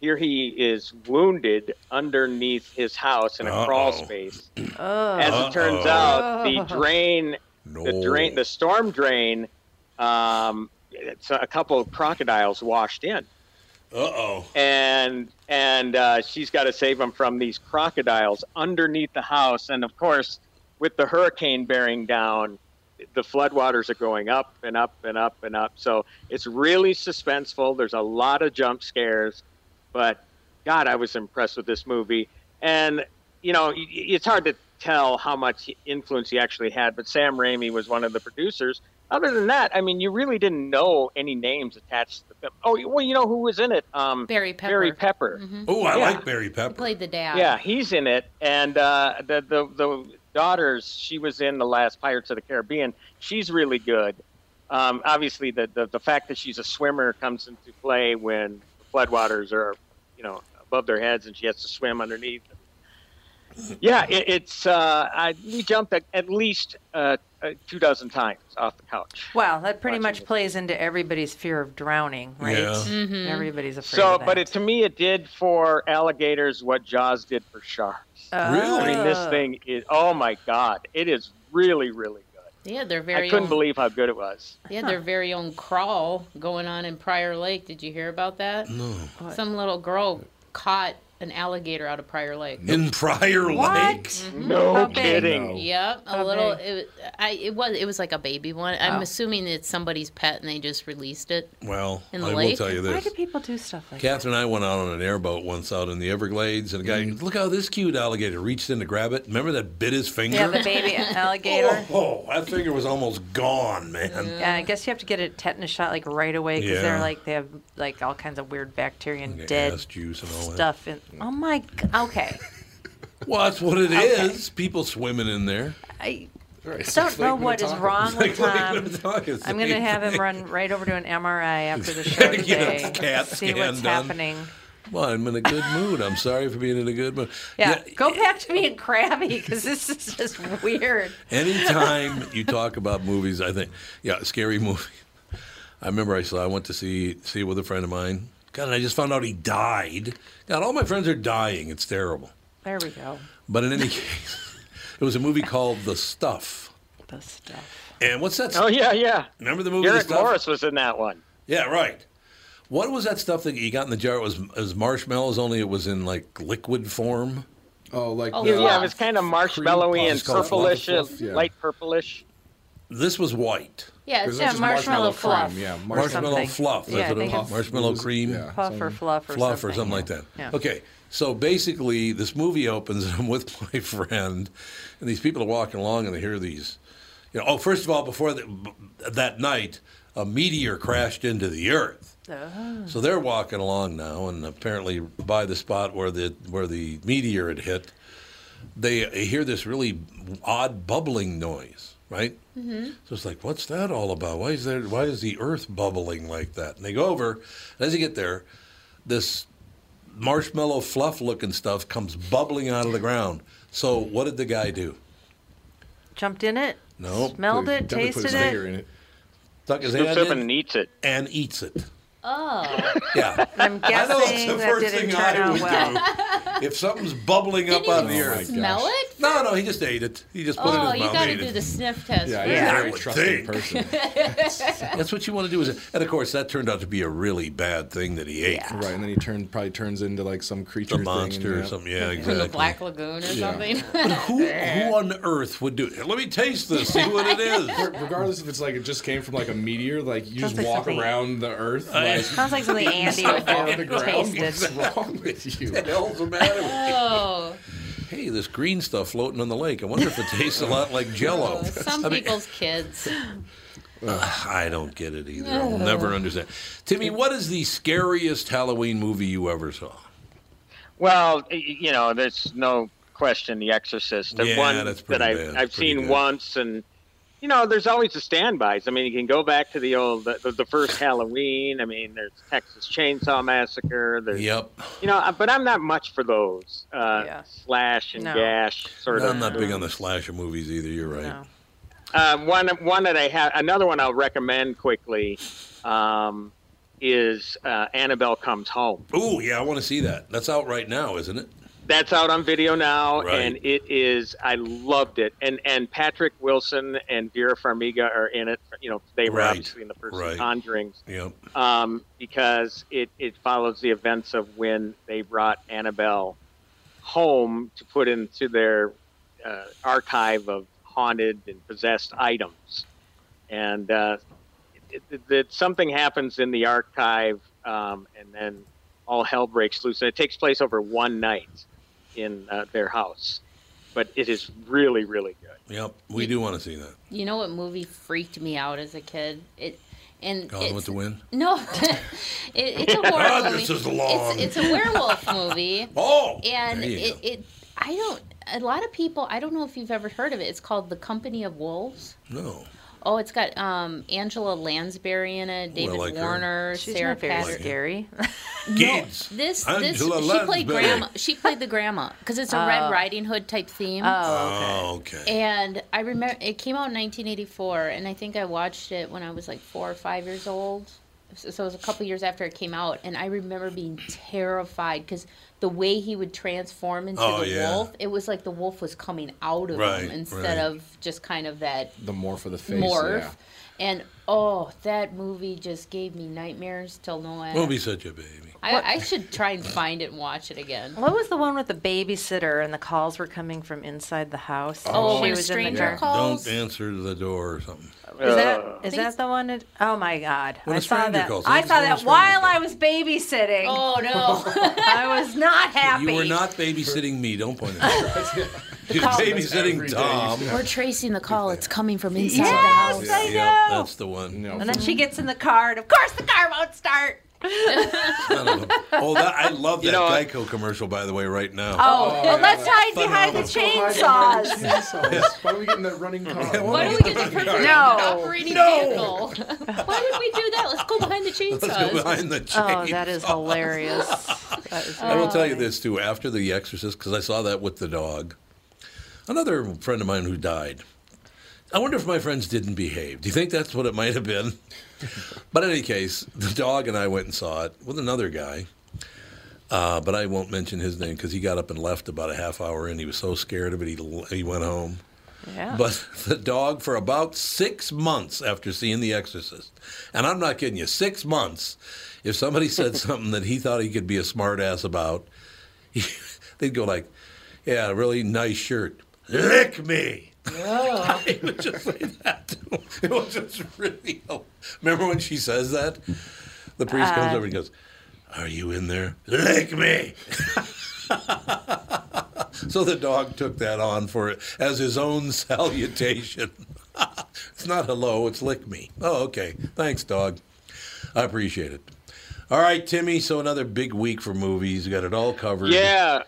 Speaker 4: Here he is wounded underneath his house in a crawl space. As it
Speaker 1: Uh-oh.
Speaker 4: turns
Speaker 1: Oh.
Speaker 4: out, the drain,
Speaker 1: No.
Speaker 4: the drain, the storm drain, um, it's a couple of crocodiles washed in
Speaker 1: Uh oh.
Speaker 4: and and uh, she's got to save him from these crocodiles underneath the house. And of course, with the hurricane bearing down, the floodwaters are going up and up and up and up. So it's really suspenseful. There's a lot of jump scares, but God, I was impressed with this movie. And you know, y- y- it's hard to tell how much influence he actually had, but Sam Raimi was one of the producers. Other than that, I mean, you really didn't know any names attached to the film. Oh, well, you know who was in it? Um,
Speaker 3: Barry Pepper.
Speaker 4: Barry Pepper.
Speaker 1: Oh, I
Speaker 4: Yeah.
Speaker 1: like Barry
Speaker 3: He
Speaker 1: Pepper.
Speaker 3: played the dad.
Speaker 4: Yeah, he's in it, and uh, the, the the daughters. She was in the last Pirates of the Caribbean. She's really good. Um, obviously, the, the the fact that she's a swimmer comes into play when floodwaters are, you know, above their heads, and she has to swim underneath. Yeah, it, it's uh, I, we jumped at, at least uh, uh, two dozen times off the couch.
Speaker 2: Wow, that pretty
Speaker 4: Watching
Speaker 2: much
Speaker 4: it.
Speaker 2: plays into everybody's fear of drowning, right?
Speaker 1: Yeah.
Speaker 4: Mm-hmm.
Speaker 2: Everybody's afraid.
Speaker 4: So,
Speaker 2: of that.
Speaker 4: but it, to me, it did for alligators what Jaws did for sharks.
Speaker 1: Really?
Speaker 4: I mean, this thing is oh my god, it is really really good.
Speaker 3: Yeah, their very
Speaker 4: I couldn't
Speaker 3: own,
Speaker 4: believe how good it was.
Speaker 3: Yeah, their very own crawl going on in Prior Lake. Did you hear about that?
Speaker 1: No.
Speaker 3: Some little girl caught an alligator out of Prior Lake.
Speaker 1: In Prior Lake.
Speaker 2: what?
Speaker 4: No
Speaker 2: How big?
Speaker 4: kidding.
Speaker 3: Yep, a
Speaker 2: How
Speaker 3: little.
Speaker 2: big? Oh.
Speaker 3: It, was- I, it was it was like a baby one. I'm assuming it's somebody's pet and they just released it.
Speaker 1: Well,
Speaker 3: In the
Speaker 1: I will
Speaker 3: lake?
Speaker 1: tell you
Speaker 2: Why
Speaker 1: this.
Speaker 2: do people do stuff like
Speaker 1: Catherine and I went out on an airboat once out in the Everglades, and a guy, look how this cute alligator reached in to grab it. Remember that bit his
Speaker 2: that?
Speaker 1: finger?
Speaker 2: Yeah, the baby alligator.
Speaker 1: oh, oh, that finger was almost gone, man.
Speaker 2: Yeah, I guess you have to get a tetanus shot like right away because
Speaker 1: Yeah.
Speaker 2: they're like they have like all kinds of weird bacteria and
Speaker 1: Yeah,
Speaker 2: dead
Speaker 1: ass juice and all that.
Speaker 2: stuff. In, oh my, g- okay.
Speaker 1: Well, that's what it is. People swimming in there.
Speaker 2: I
Speaker 5: Right, so
Speaker 2: don't
Speaker 5: it's like
Speaker 2: know
Speaker 5: we're
Speaker 2: what is
Speaker 5: talking.
Speaker 2: wrong with
Speaker 1: Like, what are you
Speaker 2: Tom.
Speaker 1: gonna talk? It's
Speaker 2: Um, I'm
Speaker 1: the
Speaker 2: gonna
Speaker 1: same
Speaker 2: have him
Speaker 1: thing.
Speaker 2: run right over to an MRI after the show
Speaker 1: Gotta get a
Speaker 2: today.
Speaker 1: CAT
Speaker 2: see
Speaker 1: scan
Speaker 2: what's
Speaker 1: done.
Speaker 2: happening.
Speaker 1: Well, I'm in a good mood. I'm sorry for being in a good mood.
Speaker 2: Yeah, go back to being crabby because this is just weird.
Speaker 1: Anytime you talk about movies, I think, yeah, scary movie. I remember I saw. I went to see see it with a friend of mine. God, and I just found out he died. God, all my friends are dying. It's terrible.
Speaker 2: There we go.
Speaker 1: But in any case, it was a movie called The Stuff.
Speaker 2: The stuff.
Speaker 1: And what's that?
Speaker 4: Oh yeah, yeah.
Speaker 1: Remember the movie The
Speaker 4: Garrett
Speaker 1: Stuff?
Speaker 4: Morris was in that one.
Speaker 1: Yeah, right. What was that stuff that you got in the jar? It was it was marshmallows, only it was in like liquid form.
Speaker 5: Oh, like
Speaker 3: Oh,
Speaker 5: the,
Speaker 4: Yeah, it was kind of marshmallowy and
Speaker 5: puffs called
Speaker 4: purplish,
Speaker 5: Fluff Fluff, yeah.
Speaker 4: light purplish.
Speaker 1: This was white.
Speaker 3: Yeah,
Speaker 5: There's
Speaker 3: it's
Speaker 5: like
Speaker 3: just
Speaker 5: some
Speaker 3: marshmallow, fluff.
Speaker 5: cream, Yeah,
Speaker 1: Marshmallow
Speaker 2: something.
Speaker 1: fluff. That's
Speaker 2: Yeah, I
Speaker 1: what it
Speaker 2: think
Speaker 1: was.
Speaker 2: it's-
Speaker 1: Marshmallow cream.
Speaker 5: Yeah.
Speaker 2: Puff or fluff or
Speaker 1: fluff
Speaker 2: something.
Speaker 1: or something like that.
Speaker 2: Yeah.
Speaker 1: Okay, so basically, this movie opens, and I'm with my friend, and these people are walking along, and they hear these. You know, oh, first of all, before the, b- that night, a meteor crashed into the Earth.
Speaker 2: Oh.
Speaker 1: So they're walking along now, and apparently by the spot where the where the meteor had hit, they hear this really odd bubbling noise, right? Mm-hmm. So it's like, what's that all about? Why is there? Why is the Earth bubbling like that? And they go over, and as they get there, this marshmallow fluff looking stuff comes bubbling out of the ground. So what did the guy do?
Speaker 2: Jumped in it.
Speaker 1: No.
Speaker 2: Smelled it.
Speaker 5: Definitely
Speaker 2: Tasted
Speaker 5: put his finger
Speaker 2: it.
Speaker 5: in it.
Speaker 1: Stuck his
Speaker 4: Hooks
Speaker 1: hand
Speaker 4: up and
Speaker 1: in
Speaker 4: eats it.
Speaker 1: and eats it.
Speaker 3: Oh,
Speaker 1: Yeah.
Speaker 2: I'm
Speaker 1: I know it's the
Speaker 2: guessing that
Speaker 1: first
Speaker 2: didn't
Speaker 1: thing
Speaker 2: turn
Speaker 1: I
Speaker 2: out
Speaker 1: would
Speaker 2: well.
Speaker 1: do. if something's bubbling up
Speaker 3: Didn't
Speaker 1: out of the
Speaker 3: even
Speaker 1: earth.
Speaker 3: smell it?
Speaker 1: No, no, he just ate it. He just put it in his
Speaker 3: Oh, you
Speaker 1: mouth.
Speaker 3: got
Speaker 1: and
Speaker 3: to
Speaker 1: ate
Speaker 3: do
Speaker 1: it.
Speaker 3: the sniff test.
Speaker 1: Yeah,
Speaker 3: first.
Speaker 1: he's a very trusting person. That's what you want to do. Is and of course that turned out to be a really bad thing that he ate.
Speaker 5: Right, and then he turned probably turns into like some creature, thing,
Speaker 1: monster or
Speaker 5: yeah.
Speaker 1: something, yeah, From the exactly.
Speaker 3: Black Lagoon or
Speaker 5: Yeah.
Speaker 3: something.
Speaker 1: Who, who on earth would do it? Let me taste this. See what it is.
Speaker 5: Re- Regardless if it's like it just came from like a meteor, like you
Speaker 2: Sounds like
Speaker 5: just walk
Speaker 2: something-
Speaker 5: around the earth.
Speaker 1: I-
Speaker 5: Like,
Speaker 2: Sounds like something Andy would do.
Speaker 5: on the ground.
Speaker 2: Taste
Speaker 5: What's
Speaker 2: it.
Speaker 5: wrong with you?
Speaker 1: What the hell's the matter with you?
Speaker 3: Oh,
Speaker 1: Hey, this green stuff floating on the lake. I wonder if it tastes a lot like Jello.
Speaker 3: some
Speaker 1: I mean,
Speaker 3: people's kids.
Speaker 1: I don't get it either. I'll never understand. Timmy, what is the scariest Halloween movie you ever saw?
Speaker 4: Well, y- you know, there's no question The Exorcist. The
Speaker 1: Yeah,
Speaker 4: one
Speaker 1: that's pretty
Speaker 4: that
Speaker 1: bad.
Speaker 4: I've, I've
Speaker 1: Pretty
Speaker 4: seen
Speaker 1: good.
Speaker 4: once, and, you know, there's always the standbys. I mean, you can go back to the old, the, the, the first Halloween. I mean, there's Texas Chainsaw Massacre. There's,
Speaker 1: Yep.
Speaker 4: You know, I- but I'm not much for those uh,
Speaker 2: Yeah.
Speaker 4: slash and
Speaker 2: No.
Speaker 4: gash sort of.
Speaker 1: I'm not big on the slasher movies either. You're right.
Speaker 2: No.
Speaker 4: Um, one one that I have, another one I'll recommend quickly, um, is uh, Annabelle Comes Home.
Speaker 1: Oh, yeah, I want to see that. That's out right now, isn't it?
Speaker 4: That's out on video now,
Speaker 1: Right.
Speaker 4: and it is. I loved it, and and Patrick Wilson and Vera Farmiga are in it. You know, they were
Speaker 1: Right.
Speaker 4: obviously in the first
Speaker 1: Right.
Speaker 4: Conjuring's
Speaker 1: Yep.
Speaker 4: um, because it, it follows the events of when they brought Annabelle home to put into their uh, archive of haunted and possessed items. And uh, it, it, it, something happens in the archive, um, and then all hell breaks loose. And it takes place over one night in uh, their house. But it is really, really good.
Speaker 1: Yep. We do want to see that.
Speaker 3: You know what movie freaked me out as a kid? It and
Speaker 1: Colin with
Speaker 3: it's,
Speaker 1: the wind.
Speaker 3: no, it, it's a horror
Speaker 1: Ah,
Speaker 3: movie.
Speaker 1: this is long.
Speaker 3: It's, it's a werewolf movie.
Speaker 1: Oh!
Speaker 3: and
Speaker 1: there you
Speaker 3: it,
Speaker 1: go.
Speaker 3: it i don't a lot of people i don't know if you've ever heard of it it's called the company of wolves
Speaker 1: no.
Speaker 3: oh it's got um, angela lansbury in it david
Speaker 1: like her.
Speaker 3: warner
Speaker 2: She's
Speaker 3: sarah
Speaker 2: not very
Speaker 3: patrick
Speaker 2: scary.
Speaker 1: Kids.
Speaker 3: this this
Speaker 1: Angela
Speaker 3: she played
Speaker 1: Lansbury.
Speaker 3: grandma she played the grandma because it's a
Speaker 5: Oh.
Speaker 3: red riding hood type theme
Speaker 1: Oh, okay.
Speaker 3: and i remember it came out in 1984 and i think i watched it when i was like four or five years old so so it was a couple years after it came out and i remember being terrified because the way he would transform into
Speaker 1: Oh,
Speaker 3: the
Speaker 1: yeah.
Speaker 3: wolf it was like the wolf was coming out of
Speaker 1: Right,
Speaker 3: him instead
Speaker 1: right.
Speaker 3: of just kind of that
Speaker 5: The morph of the face.
Speaker 3: morph
Speaker 5: Yeah.
Speaker 3: and oh that movie just gave me nightmares till no end
Speaker 1: Don't be such a baby.
Speaker 3: I, I should try and find it and watch it again
Speaker 2: What was the one with the babysitter and the calls were coming from inside the house? and
Speaker 3: oh
Speaker 2: she
Speaker 3: when a
Speaker 2: was in the
Speaker 3: stranger
Speaker 2: dark.
Speaker 3: calls
Speaker 1: Don't answer the door or something.
Speaker 2: Is that is that the one? That, oh my God!
Speaker 1: When
Speaker 2: I
Speaker 1: a
Speaker 2: saw
Speaker 1: stranger
Speaker 2: that.
Speaker 1: calls.
Speaker 2: I
Speaker 1: That's
Speaker 2: saw
Speaker 1: when a
Speaker 2: that
Speaker 1: stranger
Speaker 2: while
Speaker 1: calls.
Speaker 2: I was babysitting.
Speaker 3: oh no
Speaker 2: I was not happy.
Speaker 1: You were not babysitting me. Don't point at me. You're
Speaker 2: Colin.
Speaker 1: babysitting Tom.
Speaker 3: We're tracing the call. It's coming from inside the house.
Speaker 2: Yes, I know.
Speaker 1: Yep, that's the one.
Speaker 5: No.
Speaker 2: And then she gets in the car, and of course the car won't start.
Speaker 1: Oh, that, I love that
Speaker 4: know, I-
Speaker 1: Geico commercial, by the way, right now.
Speaker 2: Oh, well, let's hide behind
Speaker 1: phenomenal.
Speaker 2: the
Speaker 5: Oh,
Speaker 2: chainsaws.
Speaker 5: Why are we getting that running car?
Speaker 3: Why do we get the perfect
Speaker 2: No.
Speaker 3: operating vehicle? Why would we do that? Let's go behind the
Speaker 1: Let's go
Speaker 3: chainsaws.
Speaker 1: behind the chain.
Speaker 2: Oh, that is hilarious. That is
Speaker 1: I will tell you this too. After The Exorcist, because I saw that with the dog, another friend of mine who died. I wonder if my friends didn't behave. Do you think that's what it might have been? but in any case, the dog and I went and saw it with another guy. Uh, but I won't mention his name because he got up and left about a half hour in. He was so scared of it, he, he went home.
Speaker 2: Yeah.
Speaker 1: But the dog, for about six months after seeing The Exorcist, and I'm not kidding you, six months, if somebody said something that he thought he could be a smart ass about, he, they'd go like, "Yeah, really nice shirt, lick me." he would just say that. To him. It was just really. Remember when she says that? The priest comes over and goes, "Are you in there? Lick me." So the dog took that on for it as his own salutation. it's not hello, it's lick me. Oh, okay. Thanks, dog. I appreciate it. All right, Timmy. So another big week for movies. You got it all covered.
Speaker 4: Yeah,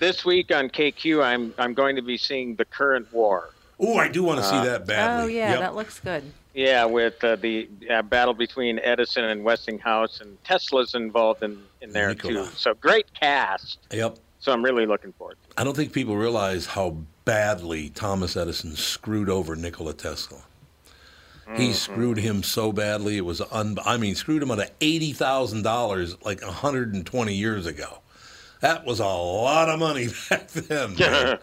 Speaker 4: this week on KQ, I'm I'm going to be seeing the current war.
Speaker 1: Oh, I do want to
Speaker 4: Uh,
Speaker 1: see that badly.
Speaker 2: Oh yeah,
Speaker 1: Yep.
Speaker 2: that looks good.
Speaker 4: Yeah, with uh, the uh, battle between Edison and Westinghouse, and Tesla's involved in in there
Speaker 1: Nikola.
Speaker 4: too. So great cast.
Speaker 1: Yep.
Speaker 4: So I'm really looking forward. to it.
Speaker 1: I don't think people realize how badly Thomas Edison screwed over Nikola Tesla.
Speaker 4: Mm-hmm.
Speaker 1: He screwed him so badly; it was un- I mean, screwed him out of eighty thousand dollars like hundred and twenty years ago. That was a lot of money back then. man.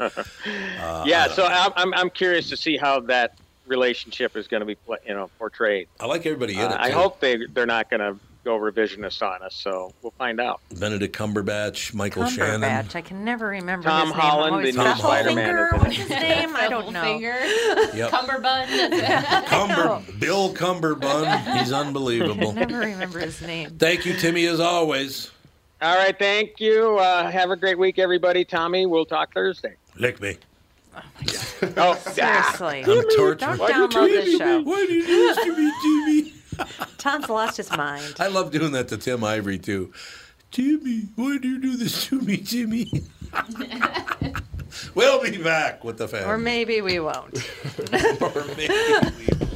Speaker 1: Uh,
Speaker 4: yeah, so I'm, I'm I'm curious to see how that relationship is going to be, pla- you know, portrayed.
Speaker 1: I like everybody in
Speaker 4: Uh,
Speaker 1: it,
Speaker 4: I
Speaker 1: too.
Speaker 4: hope they they're not going to go revisionist on us. So we'll find out.
Speaker 1: Benedict Cumberbatch, Michael Shannon.
Speaker 2: Cumberbatch. I can never remember
Speaker 4: Tom
Speaker 2: his name.
Speaker 4: Holland
Speaker 2: I'm always
Speaker 1: and Tom Spider-Man
Speaker 2: Finger,
Speaker 1: is in
Speaker 2: What's his
Speaker 1: it.
Speaker 2: name? I don't know.
Speaker 1: Yep.
Speaker 3: Cumberbund.
Speaker 1: Cumber, Bill Cumberbund. He's unbelievable.
Speaker 2: never remember his name.
Speaker 1: Thank you, Timmy, as always.
Speaker 4: All right, thank you. Uh, have a great week, everybody. Tommy, we'll talk Thursday.
Speaker 1: Lick me.
Speaker 4: Oh,
Speaker 2: Seriously.
Speaker 1: I'm tortured.
Speaker 2: Don't download this show.
Speaker 1: Why do you do this to me, Jimmy?
Speaker 2: Tom's lost his mind.
Speaker 1: I love doing that to Tim Ivory, too. Jimmy, why do you do this to me, Jimmy? we'll be back with the family.
Speaker 2: Or maybe we won't.
Speaker 1: Or maybe we will.